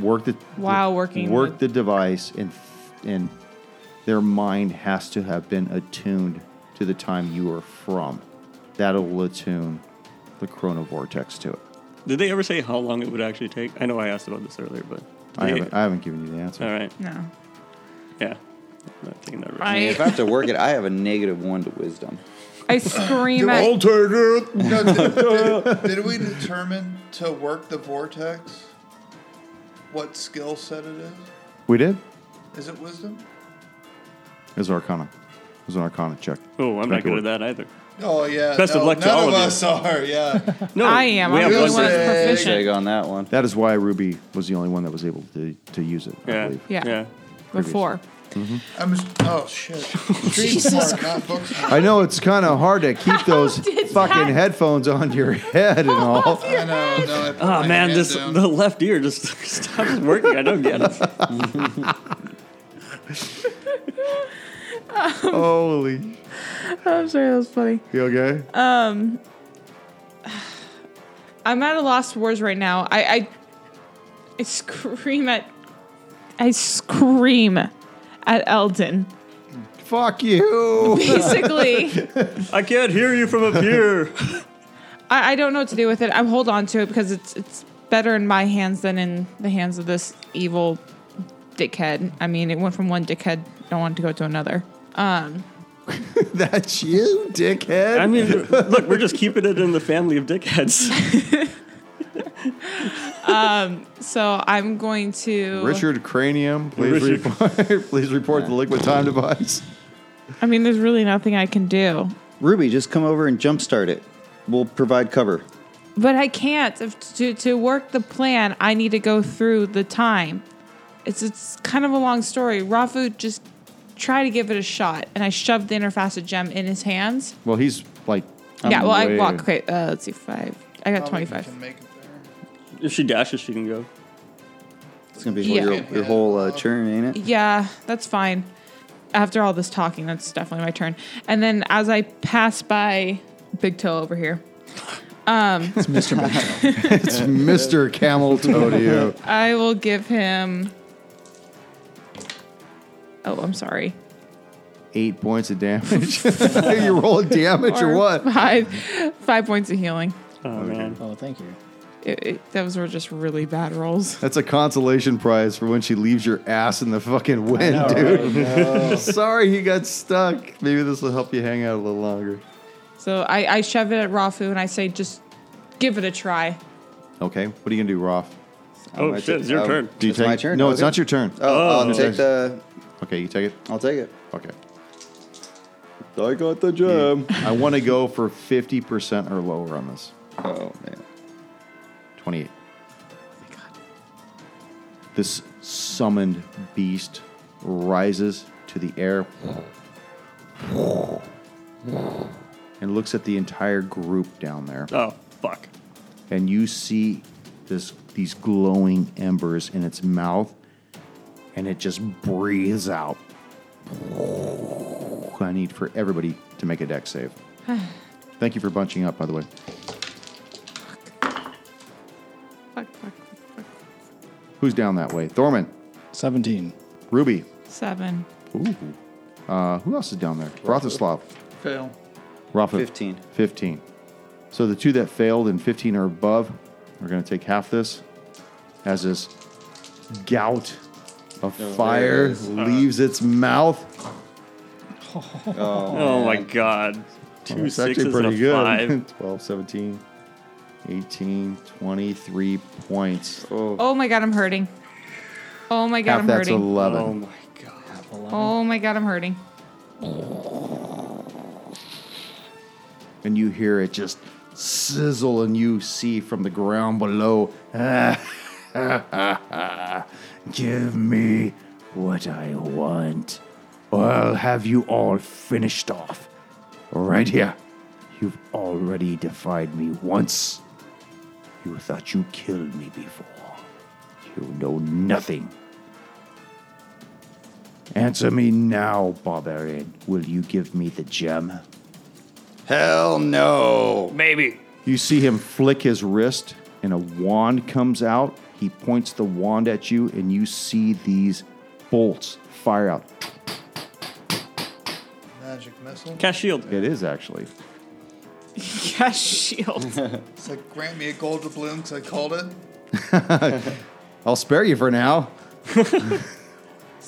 S9: work the
S3: While working
S9: work
S3: with-
S9: the device, and and their mind has to have been attuned to the time you are from. That'll attune the chronovortex to it.
S4: Did they ever say how long it would actually take? I know I asked about this earlier, but.
S9: I
S4: Yeah.
S9: haven't, I haven't given you the answer.
S4: All right.
S3: No.
S4: Yeah. I'm not taking that risk.
S8: I mean, if I
S3: I,
S8: have to work it, I have a negative one to wisdom.
S3: I scream at.
S6: No, did, did- did we determine to work the vortex? What skill set it is?
S9: We did.
S6: Is it wisdom?
S9: It was Arcana. It was an Arcana check.
S4: Oh, I'm
S9: Make
S4: not
S9: it
S4: good
S9: work.
S4: at that either.
S6: Oh yeah.
S4: Best of
S6: no,
S4: luck to
S6: none
S4: all
S6: of
S4: of you.
S6: us are. Yeah.
S4: No,
S3: I am.
S4: We
S3: I'm
S4: have
S3: the only
S4: one
S3: one
S4: set.
S6: set.
S3: that's
S8: Shag
S3: proficient.
S8: on that one.
S9: That is why Ruby was the only one that was able to, to use it. I
S4: Yeah.
S9: believe.
S3: Yeah.
S4: Yeah.
S3: Before.
S6: I'm. Just, oh shit. Street smart, not book smart.
S9: I know it's kind of hard to keep those
S3: did
S9: fucking
S3: that?
S9: headphones on your head and all.
S6: I know. No. I put
S4: Oh
S6: my
S4: man,
S6: hand
S4: this
S6: down.
S4: the left ear just stops working. I don't get it.
S9: Holy.
S3: I'm sorry, that was funny.
S9: You okay?
S3: Uh, I'm at a loss for words right now. I, I, I scream at. I scream at Eldon.
S9: Fuck you.
S3: Basically,
S4: I can't hear you from up here.
S3: I, I don't know what to do with it. I hold on to it because it's it's better in my hands than in the hands of this evil dickhead. I mean, it went from one dickhead. Don't want to go to another.
S9: That's you, dickhead.
S4: I mean, look, we're just keeping it in the family of dickheads.
S3: So I'm going to.
S9: Richard Cranium, please
S4: Richard-
S9: report, please report the liquid time device.
S3: I mean, there's really nothing I can do.
S8: Ruby, just come over and jumpstart it. We'll provide cover.
S3: But I can't. If, to, to work the plan, I need to go through the time. It's, it's kind of a long story. Rafu just tried to give it a shot, and I shoved the interfacet gem in his hands.
S9: Well, he's like.
S3: yeah,
S8: I'm
S3: well, I
S8: way-
S3: walk. Okay, uh, let's see, five. I got
S6: Probably can
S3: 25.
S6: make it there.
S4: if she dashes, she can go.
S8: It's gonna be
S3: Yeah.
S8: your, your whole uh, churn, ain't it?
S3: Yeah, that's fine. After all this talking, that's definitely my turn. And then as I pass by Big Toe over here,
S9: It's Mr. Camel Toe to you.
S3: I will give him. Oh, I'm sorry.
S9: Eight points of damage. you rolling damage or what?
S3: Five, five points of healing.
S4: Oh man.
S7: Oh, thank you.
S3: It, it, those were just really bad rolls.
S9: That's a consolation prize for when she leaves your ass in the fucking wind, dude. Sorry you got stuck. Maybe this will help you hang out a little longer.
S3: So I, I shove it at Rafu and I say, just give it a try.
S9: Okay, what are you gonna do, Roth?
S4: Oh, shit, it's your turn.
S9: Do you
S8: it's
S9: take
S8: my turn.
S9: No, it's
S8: Okay.
S9: not your turn.
S8: Oh,
S4: Oh.
S8: I'll take the.
S9: Okay, you take it.
S8: I'll take it.
S9: Okay.
S8: I got the gem.
S9: I want to go for 50% or lower on this.
S8: Oh man.
S9: 28. This summoned beast rises to the air and looks at the entire group down there.
S4: Oh, fuck.
S9: And you see this these glowing embers in its mouth and it just breathes out. I need for everybody to make a deck save. Thank you for bunching up, by the way.
S3: Fuck, fuck, fuck, fuck.
S9: Who's down that way? Thorman,
S7: 17.
S9: Ruby,
S3: Seven.
S9: Ooh. Uh, who else is down there? Bratislav.
S6: Fail.
S9: Rafa.
S8: 15.
S9: 15. So the two that failed and 15 or above are going to take half this as this gout
S4: Oh,
S9: of
S8: there
S9: fire
S8: it is.
S4: Uh,
S9: leaves its mouth.
S8: Oh,
S4: Oh my
S8: man.
S4: god. Two
S9: It's
S4: sixes
S9: actually pretty
S4: and a five.
S9: good. 12, 17, 18, 23 points.
S3: Oh my god, I'm hurting. Oh my god,
S9: half
S3: I'm
S9: that's
S3: hurting.
S9: 11.
S4: oh my god.
S3: Oh my god, I'm hurting.
S9: and you hear it just sizzle, and you see from the ground below, give me what I want, or I'll have you all finished off right here. You've already defied me once. You thought you killed me before. You know nothing. Answer me now, barbarian. Will you give me the gem?
S8: Hell no.
S4: Maybe.
S9: Oh, You see him flick his wrist, and a wand comes out. He points the wand at you, and you see these bolts fire out.
S6: Magic missile.
S4: Cast shield.
S9: It is actually.
S3: Yes, shield.
S6: It's like grant me a gold doubloon because I called it.
S9: I'll spare you for now.
S8: There's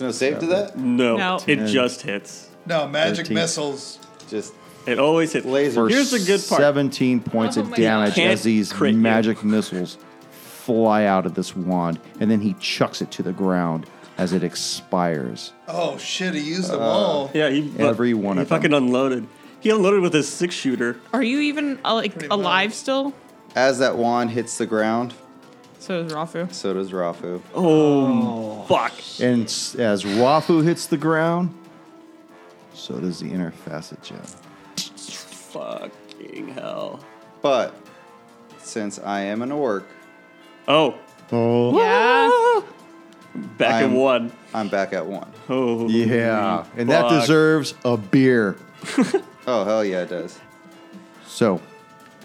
S8: no save to that.
S4: No.
S3: No.
S4: It just hits.
S6: No, magic
S9: 13.
S6: missiles.
S8: Just
S4: It always hits.
S8: Laser.
S4: Here's the good part.
S9: 17 points
S3: Oh
S9: of
S3: my
S9: damage
S3: God.
S4: Can't
S9: as these
S4: crit you.
S9: magic missiles fly out of this wand, and then he chucks it to the ground as it expires.
S6: Oh shit, he used them all.
S4: Yeah, he bu-
S9: Every one
S4: he
S9: of them.
S4: fucking unloaded. He unloaded with his six shooter.
S3: Are you even uh, like
S6: Pretty
S3: alive
S6: much.
S3: still?
S8: as that wand hits the ground,
S3: So is Rafu.
S8: so does Rafu.
S4: Oh, fuck.
S9: And s- as Rafu hits the ground, so does the inner facet gem.
S4: Fucking hell.
S8: But since I am an orc,
S4: Oh,
S3: Yeah.
S4: back
S8: I'm-
S4: in one.
S8: I'm back at one.
S4: Oh,
S9: Yeah, and that
S4: fuck.
S9: deserves a beer.
S8: Oh hell yeah, it does.
S9: So,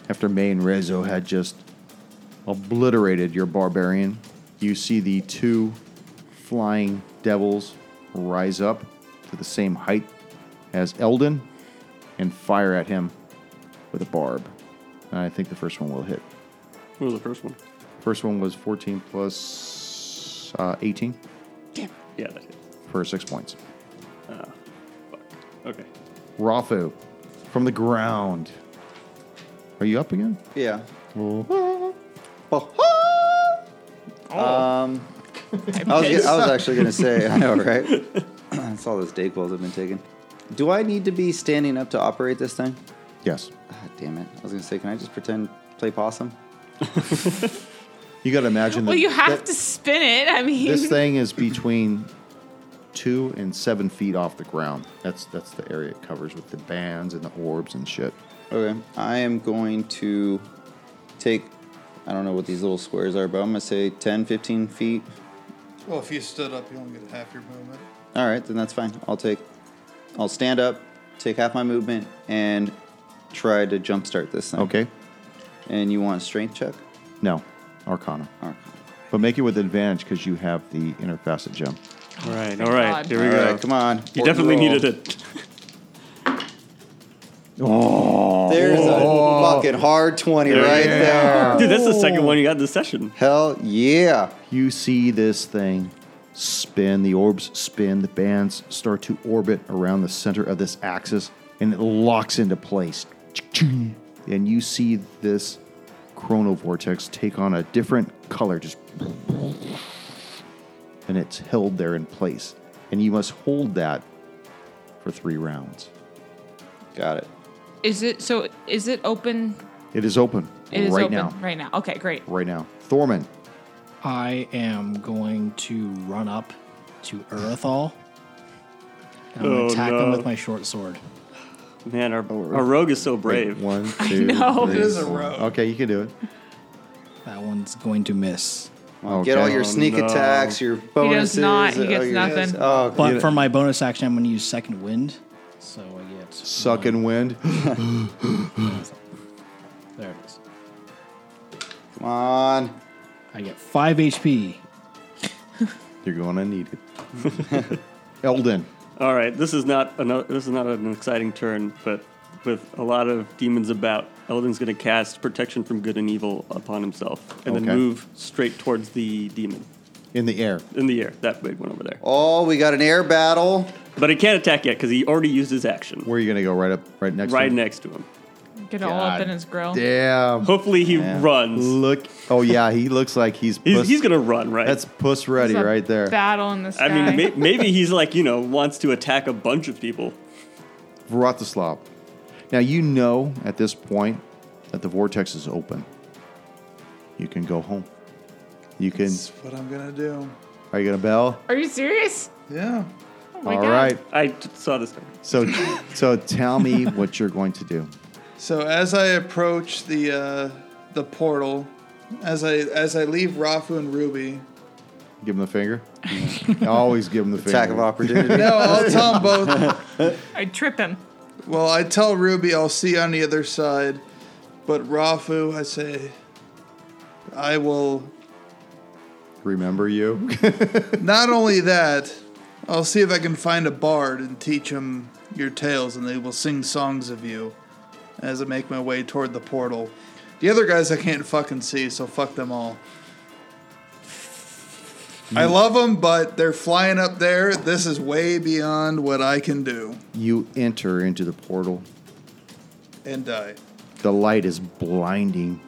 S9: after May and Rezo had just obliterated your barbarian, you see the two flying devils rise up to the same height as Eldon and fire at him with a barb. And I think the first one will hit.
S4: What was the first one?
S9: First one was 14 plus uh, 18
S4: Yeah, that hit.
S9: for six points.
S4: Fuck. Okay.
S3: Oh,
S9: Rafu from the ground. Are you up again?
S8: Yeah. Um, I was,
S3: pissed.
S8: I was actually gonna say, I know, right? That's all those day quills I've been taking. Do I need to be standing up to operate this thing?
S9: Yes.
S8: Ah, damn it! I was gonna say, can I just pretend play possum?
S9: You got to imagine that
S3: Well, you have
S9: that
S3: to spin it. I mean,
S9: this thing is between two and seven feet off the ground. That's that's the area it covers with the bands and the orbs and shit.
S8: Okay, I am going to take. I don't know what these little squares are, but I'm gonna say 10, 15 feet.
S6: Well, if you stood up, you only get half your movement.
S8: All right, then that's fine. I'll take. I'll stand up, take half my movement, and try to jumpstart this thing.
S9: Okay.
S8: And you want a strength check?
S9: No, Arcana.
S8: All right.
S9: But make it with advantage because you have the inner facet gem.
S4: All right, all right.
S3: God.
S4: Here we
S8: All
S4: go.
S8: right, come on.
S4: You
S8: Important
S4: definitely
S8: roll.
S4: needed it.
S8: There's fucking hard 20 right there.
S4: Dude, that's the second one you got this session.
S8: Hell yeah.
S9: You see this thing spin, the orbs spin, the bands start to orbit around the center of this axis, and it locks into place. And you see this chronovortex take on a different color, just and it's held there in place. And you must hold that for three rounds.
S8: Got it.
S3: Is it so? Is it open?
S9: It is open
S3: It is
S9: right
S3: open
S9: now.
S3: right now. Okay, great.
S9: Right now. Thorman,
S7: I am going to run up to Urathal. And I'm
S4: Oh,
S7: going to attack him
S4: no.
S7: with my short sword.
S4: Man, our, our rogue is so brave.
S9: one, two,
S3: know.
S9: three,
S6: It is a
S9: four.
S6: rogue.
S9: Okay, you can do it.
S7: That one's going to miss.
S8: Get all
S9: Okay. Oh,
S8: your sneak
S4: no.
S8: attacks, your bonuses.
S3: not. He
S8: all
S3: gets
S8: your-
S3: nothing.
S8: Oh,
S7: But
S8: you-
S7: for my bonus action, I'm going to use second wind. So I get
S9: Suck and wind.
S7: there it is.
S8: come on.
S7: I get five HP.
S9: You're gonna need it. Elden.
S4: All right, this is not another. This is not an exciting turn, but with a lot of demons about, Elden's going to cast protection from good and evil upon himself, and
S9: Okay.
S4: then move straight towards the demon
S9: In the air.
S4: in the air. That big one over there.
S8: Oh, we got an air battle.
S4: But he can't attack yet because he already used his action.
S9: Where are you gonna go? Right up right next
S4: right
S9: to him?
S4: next to him.
S3: Get it all up
S9: God
S3: in his grill.
S9: Damn.
S4: Hopefully he runs.
S9: Look oh yeah, he looks like he's
S4: He's,
S9: puss-
S4: he's going to run, right?
S9: that's puss ready
S3: It's a
S9: right there.
S3: Battle in the sky.
S4: I mean, may, maybe he's like you know wants to attack a bunch of people.
S9: Vratislav. Now you know at this point that the vortex is open. You can go home. You can
S6: That's what I'm gonna do.
S9: are you gonna bell?
S3: Are you serious?
S6: Yeah.
S3: Oh my
S9: All
S3: God.
S9: right.
S4: I t- saw this. Coming.
S9: So so tell me what you're going to do.
S6: So as I approach the uh, the portal, as I as I leave Rafu and Ruby,
S9: Give him the finger. I always give him the
S8: Attack of
S9: finger.
S8: opportunity.
S6: no, I'll tell them both.
S3: I trip him.
S6: Well, I tell Ruby I'll see you on the other side, but Rafu, I say, I will.
S9: Remember you.
S6: Not only that, I'll see if I can find a bard and teach him your tales, and they will sing songs of you as I make my way toward the portal. The other guys I can't fucking see, so fuck them all. I love them, but they're flying up there. This is way beyond what I can do
S9: you enter into the portal.
S6: and die.
S9: The light is blinding.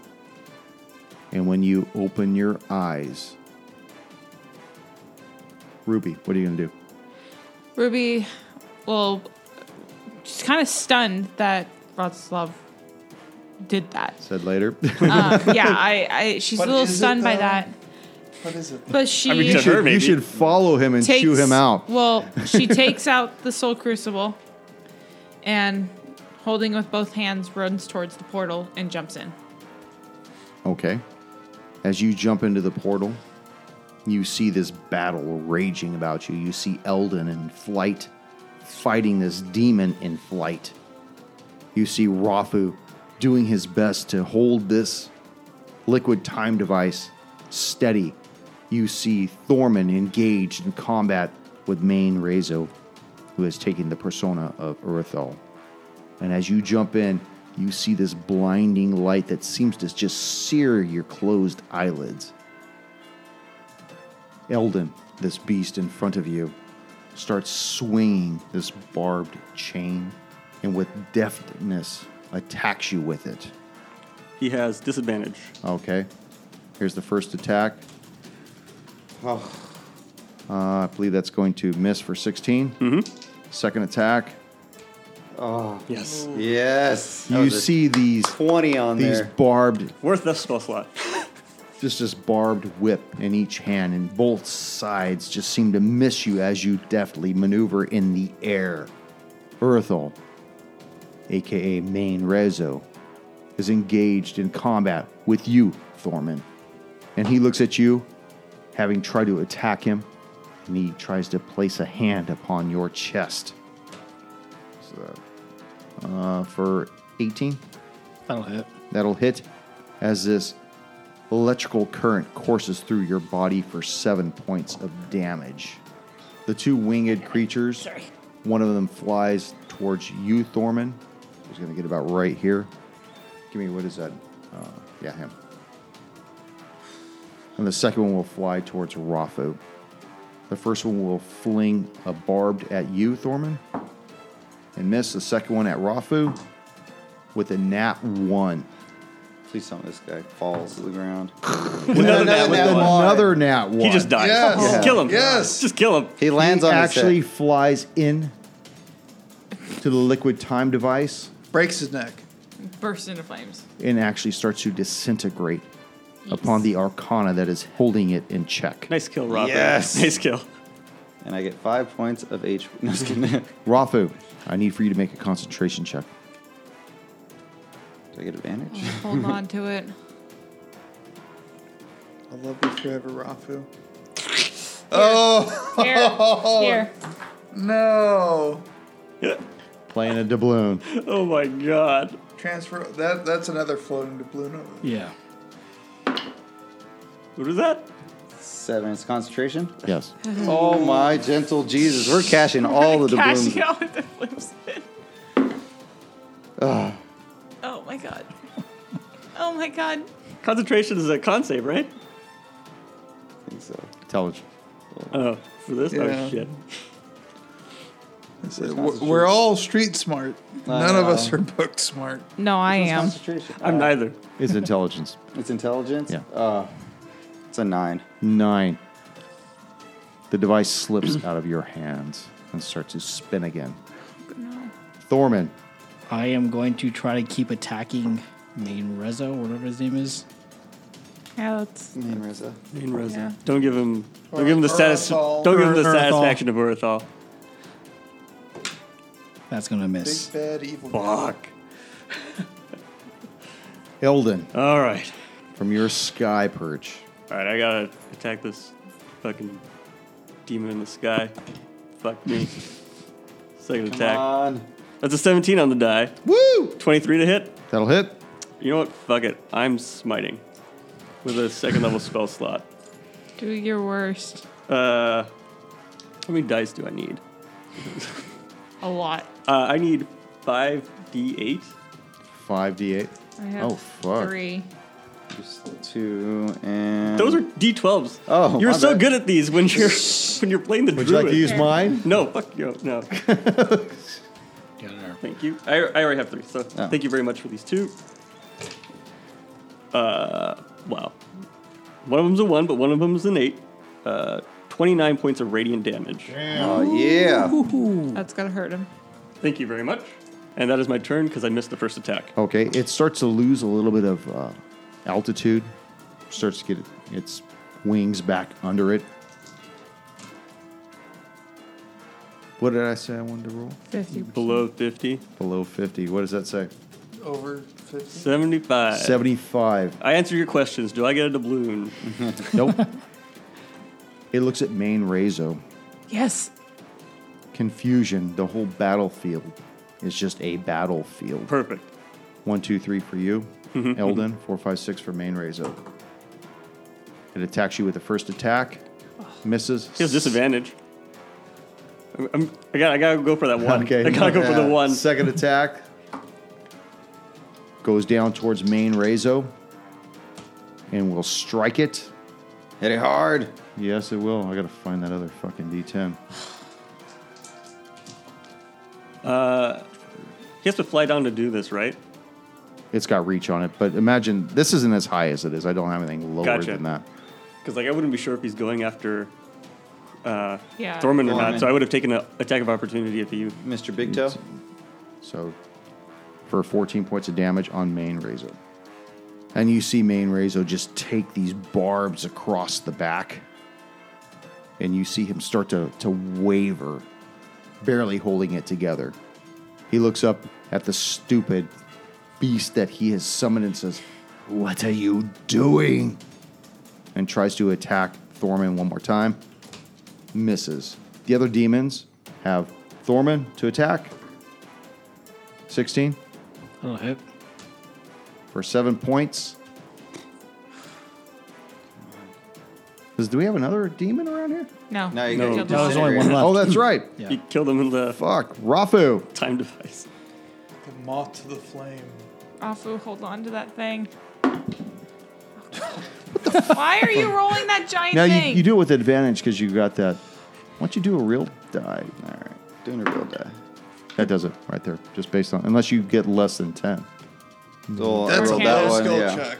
S9: And when you open your eyes, Ruby, what are you going to do?
S3: Ruby, well, she's kind of stunned that Vratislav did that.
S9: Said later.
S3: Um, yeah, I, I she's
S6: But
S3: a little
S6: is it,
S3: stunned by
S6: though?
S3: that.
S6: What is it?
S3: But she
S4: uh, I mean, to
S9: you,
S4: her,
S9: should,
S4: maybe.
S9: you should follow him and
S3: takes
S9: chew him out.
S3: Well, she takes out the soul crucible and holding with both hands runs towards the portal and jumps in.
S9: Okay. As you jump into the portal, you see this battle raging about you. You see Eldon in flight, fighting this demon in flight. You see Rafu doing his best to hold this liquid time device steady. You see Thorman engaged in combat with Main Rezo, who has taken the persona of Urthal. And as you jump in, you see this blinding light that seems to just sear your closed eyelids. Eldon, this beast in front of you, starts swinging this barbed chain and with deftness attacks you with it.
S4: He has disadvantage.
S9: Okay, here's the first attack.
S8: Oh.
S9: Uh, I believe that's going to miss for 16. Mm-hmm. Second attack.
S4: Yes,
S8: yes. That
S9: You
S8: was a
S9: see these
S8: 20 on
S9: these
S8: there.
S9: barbed
S4: worth the spell slot.
S9: just this barbed whip in each hand, and both sides just seem to miss you as you deftly maneuver in the air. Urthel, aka Main Rezo, is engaged in combat with you, Thorman. And he looks at you, having tried to attack him, and he tries to place a hand upon your chest. So, uh, for 18?
S7: That'll hit.
S9: That'll hit as this electrical current courses through your body for seven points of damage. The two winged creatures, one of them flies towards you, Thorman. He's going to get about right here. Give me, what is that? Uh, yeah, him. And the second one will fly towards Rafu. The first one will fling a barbed at you, Thorman, and miss. The second one at Rafu with a nat one.
S8: Please tell me this guy falls to the ground.
S9: With
S4: Another nat
S9: with
S4: one.
S9: another nat one.
S4: He just dies.
S6: Yes.
S4: Just Kill him.
S6: Yes.
S4: Just kill him.
S8: He lands
S9: he
S8: on
S9: actually
S8: his head.
S9: flies in to the liquid time device
S6: Breaks his neck.
S3: Burst into flames.
S9: and actually starts to disintegrate upon the arcana that is holding it in check.
S4: Nice kill, Robert.
S8: Yes.
S4: Nice kill.
S8: and I get five points of H. No, just kidding. Do
S9: Rafu, I need for you to make a concentration check.
S8: I get advantage?
S3: Hold on to it.
S6: I love you forever, Rafu. Oh
S3: Here. Here.
S6: no!
S9: Playing a doubloon.
S4: Oh my god.
S6: Transfer that. That's another floating doubloon. over there.
S7: Yeah.
S4: What is that?
S8: Seven. It's concentration.
S9: Yes.
S8: Oh my gentle Jesus! We're cashing all the doubloons.
S3: Cashing out with the flames.
S9: Ah.
S3: Oh my god. Oh my god.
S4: Concentration is a con save, right?
S8: I think so.
S9: Intelligence.
S4: Oh, for this?
S6: Yeah.
S4: Oh shit.
S6: That's it. We're, we're all street smart. None of us are book smart.
S3: No, I
S8: It's
S3: am.
S8: concentration.
S4: I'm
S8: Uh,
S4: neither.
S9: It's intelligence.
S8: It's intelligence.
S9: Yeah.
S8: Uh, it's a nine.
S9: Nine. The device slips out of your hands and starts to spin again. Thorman,
S7: I am going to try to keep attacking main Rezo, whatever his name is.
S3: Yeah, that's
S8: Name Reza.
S4: Main
S3: Yeah.
S4: Reza. Don't give him. Don't give him the
S6: Ur-
S4: status.
S6: Urathol.
S4: Don't give him the
S6: Ur- Urathol.
S4: satisfaction of Urathol.
S7: That's gonna miss.
S6: Big bad evil.
S4: Fuck.
S9: Elden,
S4: All right.
S9: from your sky perch.
S4: All right. I gotta attack this fucking demon in the sky. Fuck me. Second attack.
S8: Come on.
S4: That's a 17 on the die.
S9: Woo!
S4: 23 to hit.
S9: That'll hit.
S4: You know what? Fuck it. I'm smiting with a second level spell slot.
S3: do your worst.
S4: Uh, how many dice do I need?
S3: A lot.
S4: Uh, I need five d8.
S9: 5d8.
S3: I have
S9: Oh, fuck.
S3: three.
S8: Just two and.
S4: Those are d12s.
S8: Oh,
S4: you were
S8: my
S4: so
S8: bad.
S4: good at these when you're when you're playing the
S9: Would you
S4: druid.
S9: like to use mine?
S4: no, fuck you. No,
S7: Get in there.
S4: thank you. I, I already have three, so
S9: Oh.
S4: thank you very much for these two. Uh, wow. One of them's a one, but one of them's an eight. Uh, 29 points of radiant damage.
S8: Oh yeah.
S3: That's gonna hurt him.
S4: Thank you very much. And that is my turn because I missed the first attack.
S9: Okay, it starts to lose a little bit of uh, altitude. Starts to get its wings back under it. What did I say I wanted to roll?
S3: Fifty.
S4: Below 50,
S9: Below 50. What does that say?
S6: Over fifty.
S4: 75.
S9: Uh, 75.
S4: I answered your questions. Do I get a doubloon?
S9: Nope. it looks at main Razo.
S3: Yes.
S9: Confusion. The whole battlefield is just a battlefield.
S4: Perfect.
S9: One, two, three for you,
S4: Mm-hmm,
S9: Elden. Four, five, six for main Razo. It attacks you with the first attack. Misses.
S4: He has disadvantage. I'm, I'm, I, gotta, I gotta go for that one.
S9: Okay.
S4: I gotta go for
S9: Yeah.
S4: the one.
S9: Second attack goes down towards main Razo and will strike it.
S8: Hit it hard.
S9: Yes, it will. I gotta find that other fucking D10.
S4: He has to fly down to do this, right?
S9: It's got reach on it, but imagine this isn't as high as it is. I don't have anything lower
S4: Gotcha.
S9: than that.
S4: Because like I wouldn't be sure if he's going after uh,
S3: Yeah.
S4: Thorman or
S8: Thorman.
S4: not. So I would have taken an attack of opportunity if you.
S8: Mr. Big Toe.
S9: So for 14 points of damage on main Razo. And you see main Razo just take these barbs across the back. And you see him start to, to waver, barely holding it together. He looks up at the stupid beast that he has summoned and says, What are you doing? And tries to attack Thorman one more time. Misses. The other demons have Thorman to attack, 16
S7: That'll hit.
S9: for seven points. Does- do we have another demon around here?
S3: No.
S8: No, you
S4: No.
S8: got
S4: No,
S7: there's only one left.
S9: Oh, that's right.
S7: Yeah.
S4: You killed him in the
S9: Fuck. Rafu.
S4: time device.
S6: The moth to the flame.
S3: Afu, hold on to that thing. Why are you rolling that giant
S9: Now you,
S3: thing?
S9: you do it with advantage because you got that. Why don't you do a real die?
S8: All right, doing a real die.
S9: That does it right there, just based on unless you get less than ten.
S8: So I
S6: That's a
S8: rolled
S3: okay.
S8: that
S6: low
S8: one.
S6: skull
S8: yeah.
S6: check.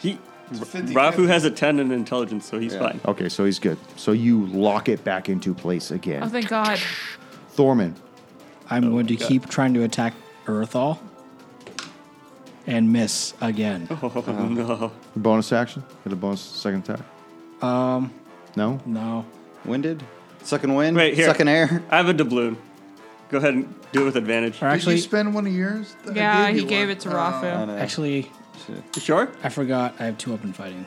S4: He Rafu
S6: 50-50.
S4: has a ten in intelligence, so he's fine.
S9: Okay, so he's good. So you lock it back into place again.
S3: oh, thank God.
S9: Thorman,
S7: I'm going to keep trying to attack Urthal and miss again.
S4: Oh no!
S9: bonus action. Get a bonus second attack.
S7: Um,
S9: No.
S7: no.
S8: Winded. Sucking wind.
S4: Wait here.
S8: Sucking air.
S4: I have a doubloon. Go ahead and do it with advantage.
S7: Or
S6: Did
S7: actually,
S6: you spend one of yours? I
S3: Yeah,
S6: gave
S3: he
S6: you
S3: gave
S6: one.
S3: it to
S6: Oh.
S9: Uh,
S3: Rafu.
S7: actually,
S4: You sure?
S7: I forgot I have two up in fighting.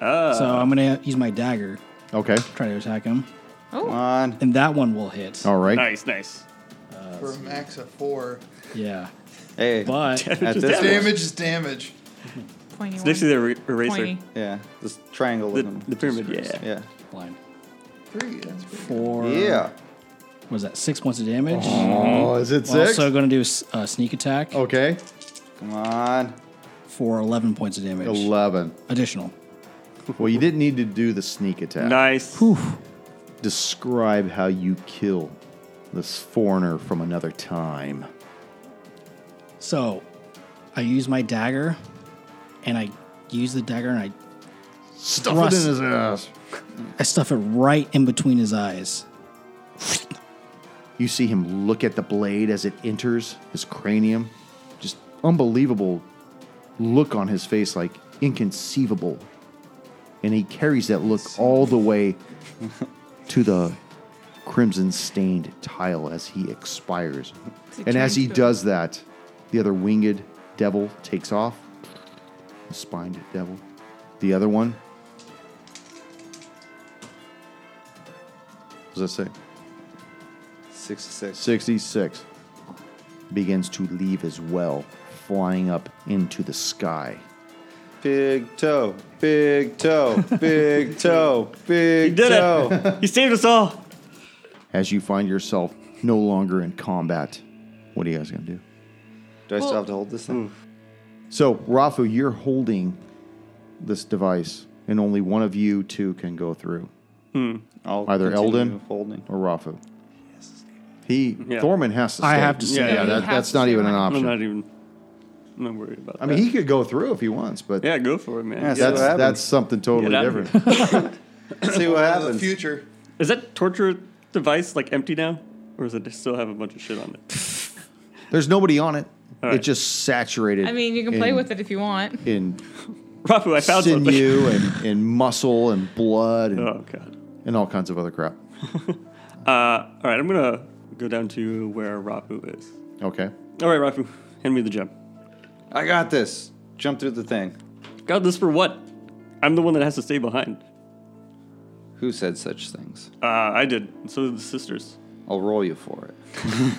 S4: Uh,
S7: So I'm going to use my dagger,
S9: Okay.
S7: try to attack him.
S8: Come on.
S7: And that one will hit.
S9: All right.
S4: nice, nice.
S6: for a max of four.
S7: Yeah.
S8: Hey.
S7: But
S8: At this point,
S6: Damage is damage.
S3: Pointy
S4: It's next to
S3: one.
S4: the er- eraser.
S3: Pointy.
S8: yeah, this triangle.
S4: The,
S8: looking-
S4: the pyramid. Yeah.
S8: Yeah.
S7: line.
S6: Three. That's pretty good.
S7: Four.
S8: Yeah.
S7: What was that? Six points of damage.
S9: Oh, is it
S7: I'm also going to do a s- a sneak attack
S9: okay.
S8: Come on.
S7: for 11 points of damage.
S9: Eleven.
S7: Additional.
S9: Well, you didn't need to do the sneak attack.
S4: Nice.
S9: Describe how you kill this foreigner from another time.
S7: So I use my dagger and I use the dagger and I,
S9: Stuff
S7: Thrust.
S9: it in his ass.
S7: I stuff it right in between his eyes.
S9: You see him look at the blade as it enters his cranium. Just unbelievable look on his face, like inconceivable. And he carries that look all the way to the crimson stained tile as he expires.
S3: Does it
S9: And as
S3: turn
S9: he
S3: to-
S9: does that, the other winged devil takes off. The spined devil. The other one. What does that say?
S8: Sixty-six.
S9: 66 begins to leave as well, flying up into the sky.
S8: Big toe. Big toe. Big toe.
S4: He
S8: Big
S4: did
S8: toe.
S4: it. he saved us all.
S9: As you find yourself no longer in combat, what are you guys going to do?
S8: Do I still have to hold this thing?
S9: So, Rafu, you're holding this device, and only one of you two can go through,
S8: I'll
S9: Either
S8: continue
S9: Elden
S8: holding.
S9: or Rafu. He,
S4: Yeah.
S9: Thorman has to stay.
S7: I have to
S9: Yeah,
S7: stay.
S9: yeah,
S4: Yeah,
S3: you
S9: that,
S3: have
S9: that's
S3: to
S9: not
S3: stay,
S9: even an
S3: right?
S4: I'm
S9: option.
S4: not even. I'm not worried about
S9: I mean,
S4: that.
S9: he could go through if he wants, but
S4: yeah, go for it, man.
S8: Yeah, see
S9: that's,
S8: what happens.
S9: that's something totally
S4: Get out of
S9: different.
S8: See what
S6: For the
S8: happens.
S6: future.
S4: Is that torture device like empty now, or does it still have a bunch of shit on it?
S9: There's nobody on it.
S4: All right.
S9: It's just saturated.
S3: I mean, you can play with it if you want.
S9: In
S4: Rafu, I found something.
S9: sinew and, and muscle and blood and,
S4: Oh god.
S9: and all kinds of other crap.
S4: Uh, all right, I'm gonna go down to where Rafu is.
S9: Okay.
S4: All right, Rafu, hand me the gem.
S8: I got this. Jump through the thing.
S4: Got this for what? I'm the one that has to stay behind.
S8: Who said such things?
S4: Uh, I did. and So did the sisters.
S8: I'll roll you for it.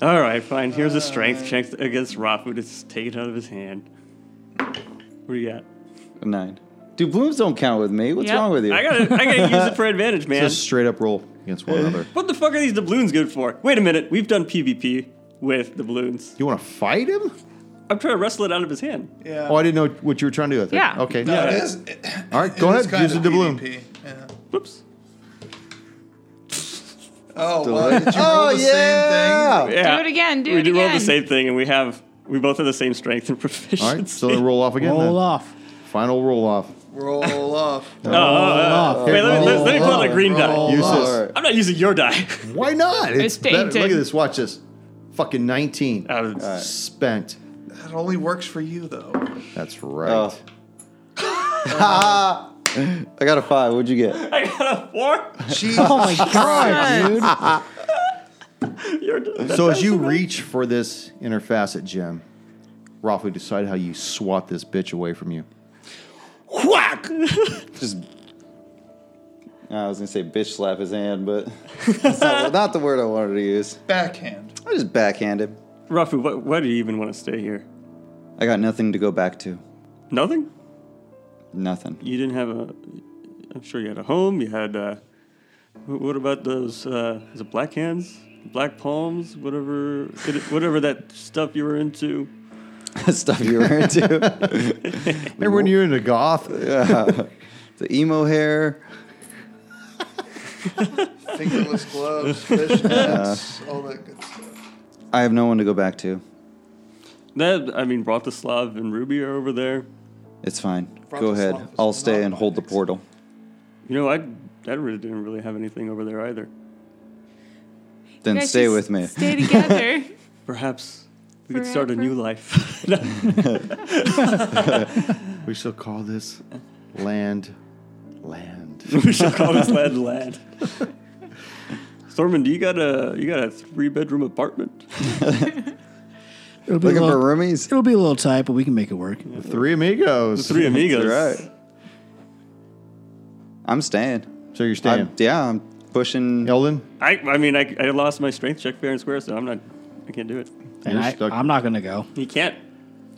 S4: All right, fine. Here's a
S9: Uh.
S4: strength check against Rafu to just take it out of his hand. What do you got?
S8: A Nine. Dude, blooms don't count with me. What's
S3: Yep.
S8: wrong with you?
S4: I gotta, I gotta use it for advantage, man.
S9: Just straight up roll against one another.
S4: What the fuck are these doubloons good for? Wait a minute, we've done PvP with doubloons.
S9: You want to fight him?
S4: I'm trying to wrestle it out of his hand.
S6: Yeah.
S9: Oh, I didn't know what you were trying to do. with it.
S3: Yeah.
S9: Okay.
S6: No, it is. It,
S9: All right.
S6: it
S9: Go
S6: is
S9: ahead.
S6: kind
S9: Use the
S6: of
S9: doubloon.
S6: PvP, Yeah.
S4: Whoops.
S6: Oh, well, did you roll the same thing?
S4: Yeah.
S3: Do it again, do
S4: we
S3: it
S4: do roll the
S3: again.
S4: same thing, and we have we both have the same strength and proficiency.
S9: All right. So they roll off again.
S7: Roll
S9: then.
S7: off.
S9: Final roll off.
S6: Roll off.
S4: Oh, oh, oh. Wait, let me, let, let me pull out a green die.
S9: Use
S8: All
S9: this.
S8: right.
S4: I'm not using your die.
S9: Why not? It's, better.
S3: tainted.
S9: Look at this. Watch this. Fucking 19.
S4: Uh,
S9: Spent.
S6: That only works for you, though.
S9: That's right.
S8: Oh. I got a five. What'd you get?
S4: I got a four.
S6: Jesus
S4: Your die.
S9: So as you reach for this inner facet gem, Rafu, decide how you swat this bitch away from you.
S4: Whack!
S8: Just. I was gonna say bitch slap his hand, but that's not, not the word I wanted to use.
S6: backhand.
S8: I just backhand him.
S4: Rafu, why, why do you even want to stay here?
S8: I got nothing to go back to.
S4: Nothing?
S8: Nothing.
S4: You didn't have a. I'm sure you had a home. You had. Uh, wh- what about those? Uh, is it black hands? black palms, whatever, it- whatever that stuff you were into.
S8: stuff you were into.
S9: Remember when you were into goth?
S8: the emo hair.
S6: Fingerless gloves, fishnets, all that good stuff.
S8: I have no one to go back to.
S4: That I mean, Bratislav and Ruby are over there.
S8: It's fine. Go
S6: Bratislava is
S8: ahead. I'll stay
S6: not
S8: and
S6: my
S8: hold the
S6: next-
S8: portal.
S4: You know, I I really didn't really have anything over there either.
S8: Then
S3: guys
S8: stay
S3: just
S8: with me.
S3: Stay together.
S4: Perhaps we could start a new life.
S9: We shall call this land, land.
S4: we should call this lad lad. Stormin, do you got a you got a three bedroom apartment?
S7: It'll be, a
S8: Looking for
S7: little,
S8: roomies?
S7: it'll be a little tight, but we can make it work.
S9: Three amigos.
S4: Three amigos.
S8: That's right. I'm staying.
S9: So you're
S8: I'm,
S9: staying.
S8: yeah, I'm pushing.
S9: Eldon,
S4: I I mean, I, I lost my strength check fair and square, so I'm not. I can't do it.
S7: And
S9: You're
S7: I,
S9: stuck.
S7: I'm not going to go.
S4: You can't.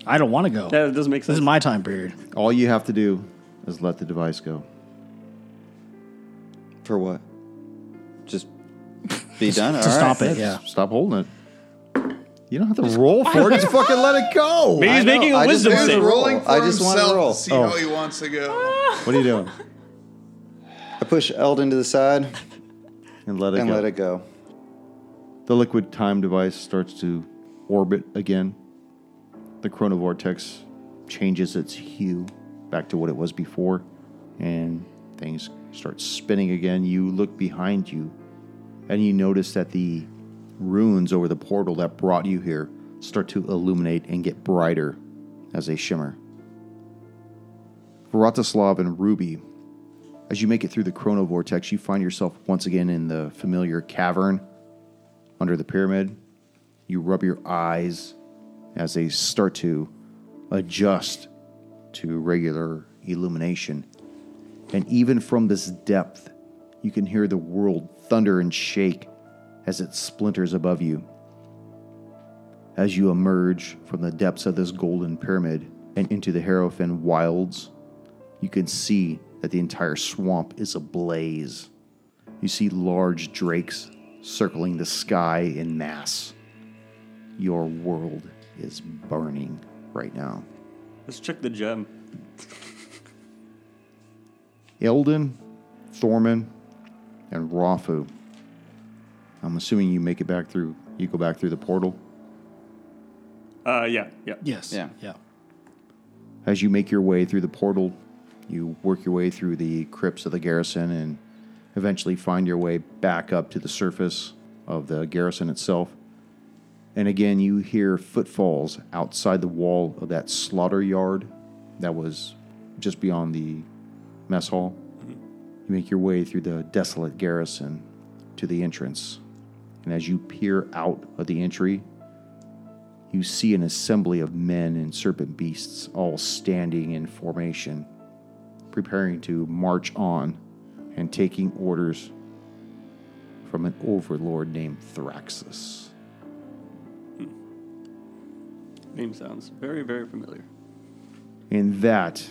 S7: I don't want to go.
S4: That doesn't make
S7: This
S4: sense.
S7: is my time period.
S9: all you have to do is let the device go.
S8: For what? Just be done.
S7: to
S8: all right.
S7: stop it, yeah.
S9: Stop holding it. You don't have to roll for it. Just fucking let it go.
S4: Maybe he's
S8: know,
S4: making
S8: I
S4: a
S8: just
S4: wisdom
S8: wanted to
S4: save.
S8: roll.
S6: Rolling for
S8: I just wanna
S6: himself
S8: roll.
S6: to see how he wants to go.
S9: What are you doing?
S8: I push Eldon to the side
S9: And let it
S8: and
S9: go.
S8: let it go.
S9: The liquid time device starts to orbit again. The chronovortex changes its hue back to what it was before, and things start spinning again. You look behind you, and you notice that the runes over the portal that brought you here start to illuminate and get brighter as they shimmer. Vratislav and Ruby, as you make it through the chronovortex, you find yourself once again in the familiar cavern under the pyramid. You rub your eyes as they start to adjust to regular illumination. And even from this depth, you can hear the world thunder and shake as it splinters above you. As you emerge from the depths of this golden pyramid and into the Harrowfin wilds, you can see that the entire swamp is ablaze. You see large drakes circling the sky in mass. Your world is burning right now.
S4: Let's check the gem.
S9: Eldon, Thorman, and Rafu. I'm assuming you make it back through, you go back through the portal.
S4: Uh, yeah, yeah.
S7: Yes.
S8: Yeah.
S7: Yeah.
S9: As you make your way through the portal, you work your way through the crypts of the garrison and eventually find your way back up to the surface of the garrison itself. And again, you hear footfalls outside the wall of that slaughter yard that was just beyond the mess hall. You make your way through the desolate garrison to the entrance. And as you peer out of the entry, you see an assembly of men and serpent beasts all standing in formation, preparing to march on and taking orders from an overlord named Thraxus.
S4: Name sounds very, very familiar.
S9: And that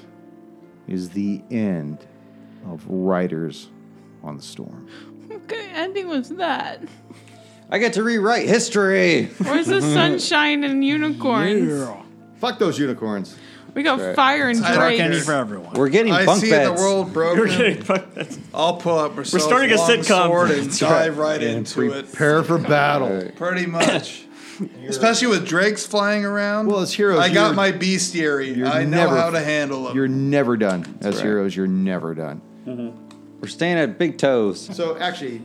S9: is the end of Riders on the Storm.
S3: what kind of ending was that?
S8: I get to rewrite history.
S3: Where's the sunshine and unicorns?
S9: Fuck those unicorns.
S3: We got fire and
S6: Dark
S7: Candy
S3: drakes.
S7: for everyone.
S8: We're getting
S6: I
S8: bunk
S6: see
S8: beds.
S6: the world broken.
S4: We're getting fucked. That's-
S6: I'll pull up We're
S4: starting a sitcom.
S6: sword and dive right into it.
S9: Prepare for battle.
S6: Pretty much. Especially with Drake's flying around.
S9: Well, as heroes,
S6: I got
S9: you're-
S6: my bestiary.
S9: you're
S6: I know
S9: never-
S6: how to handle them.
S9: You're never done. As
S8: right.
S9: heroes, you're never done.
S8: We're staying at Big Toes.
S9: So actually,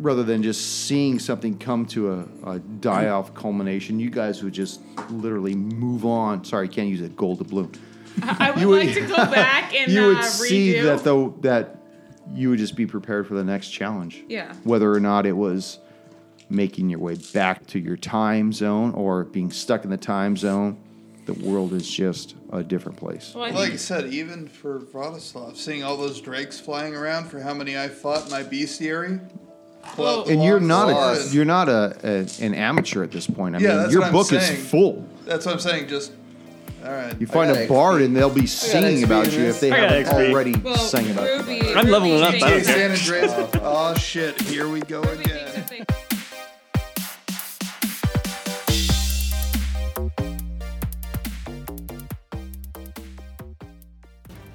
S9: rather than just seeing something come to a, a die-off culmination, you guys would just literally move on. Sorry, can't use it. Gold to blue.
S3: I would
S9: You would-
S3: like to go back and
S9: you
S3: uh,
S9: would
S3: redo.
S9: see that though that you would just be prepared for the next challenge.
S3: Yeah.
S9: Whether or not it was making your way back to your time zone or being stuck in the time zone, the world is just a different place.
S3: Well, I
S6: like I
S3: think-
S6: said, even for Vratislav, seeing all those Drakes flying around for how many I fought in my bestiary. pull out the
S9: And you're
S6: long
S9: not
S6: sword
S9: a,
S6: and-
S9: you're not a, a an amateur at this point. I
S6: Yeah,
S9: mean,
S6: that's
S9: your
S6: what I'm
S9: book
S6: saying.
S9: is full.
S6: That's what I'm saying. Just all right.
S9: You find a bard and they'll be singing
S6: XP
S9: about
S6: in
S9: you
S6: this.
S9: if they
S4: I got
S9: haven't
S4: XP.
S9: already
S3: well,
S9: sang about you.
S3: Ruby,
S4: I'm leveling
S3: Ruby
S4: up, I don't
S3: thinks-
S4: care.
S6: San Andreas. oh shit! Here we go
S3: Ruby thinks
S6: again.
S3: that they-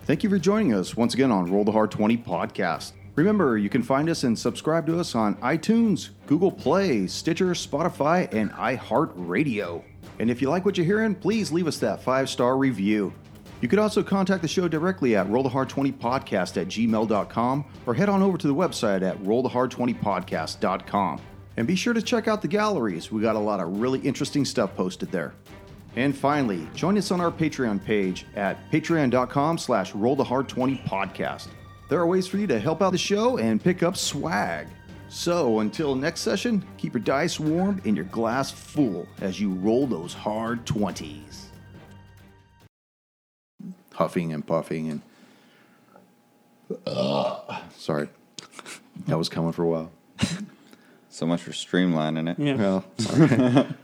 S1: Thank you for joining us once again on Roll the Hard 20 podcast. Remember, you can find us and subscribe to us on iTunes, Google Play, Stitcher, Spotify, and iHeartRadio. And if you like what you're hearing, please leave us that five star review. You can also contact the show directly at rollthehard20podcast at gmail.com or head on over to the website at rollthehard20podcast.com. And be sure to check out the galleries. We got a lot of really interesting stuff posted there. And finally, join us on our Patreon page at patreon.com slash rollthehard20podcast. There are ways for you to help out the show and pick up swag. So until next session, keep your dice warm and your glass full as you roll those hard 20s. Huffing and puffing and... uh, Sorry. That was coming for a while.
S8: So much for streamlining it.
S10: Yeah.
S1: Well,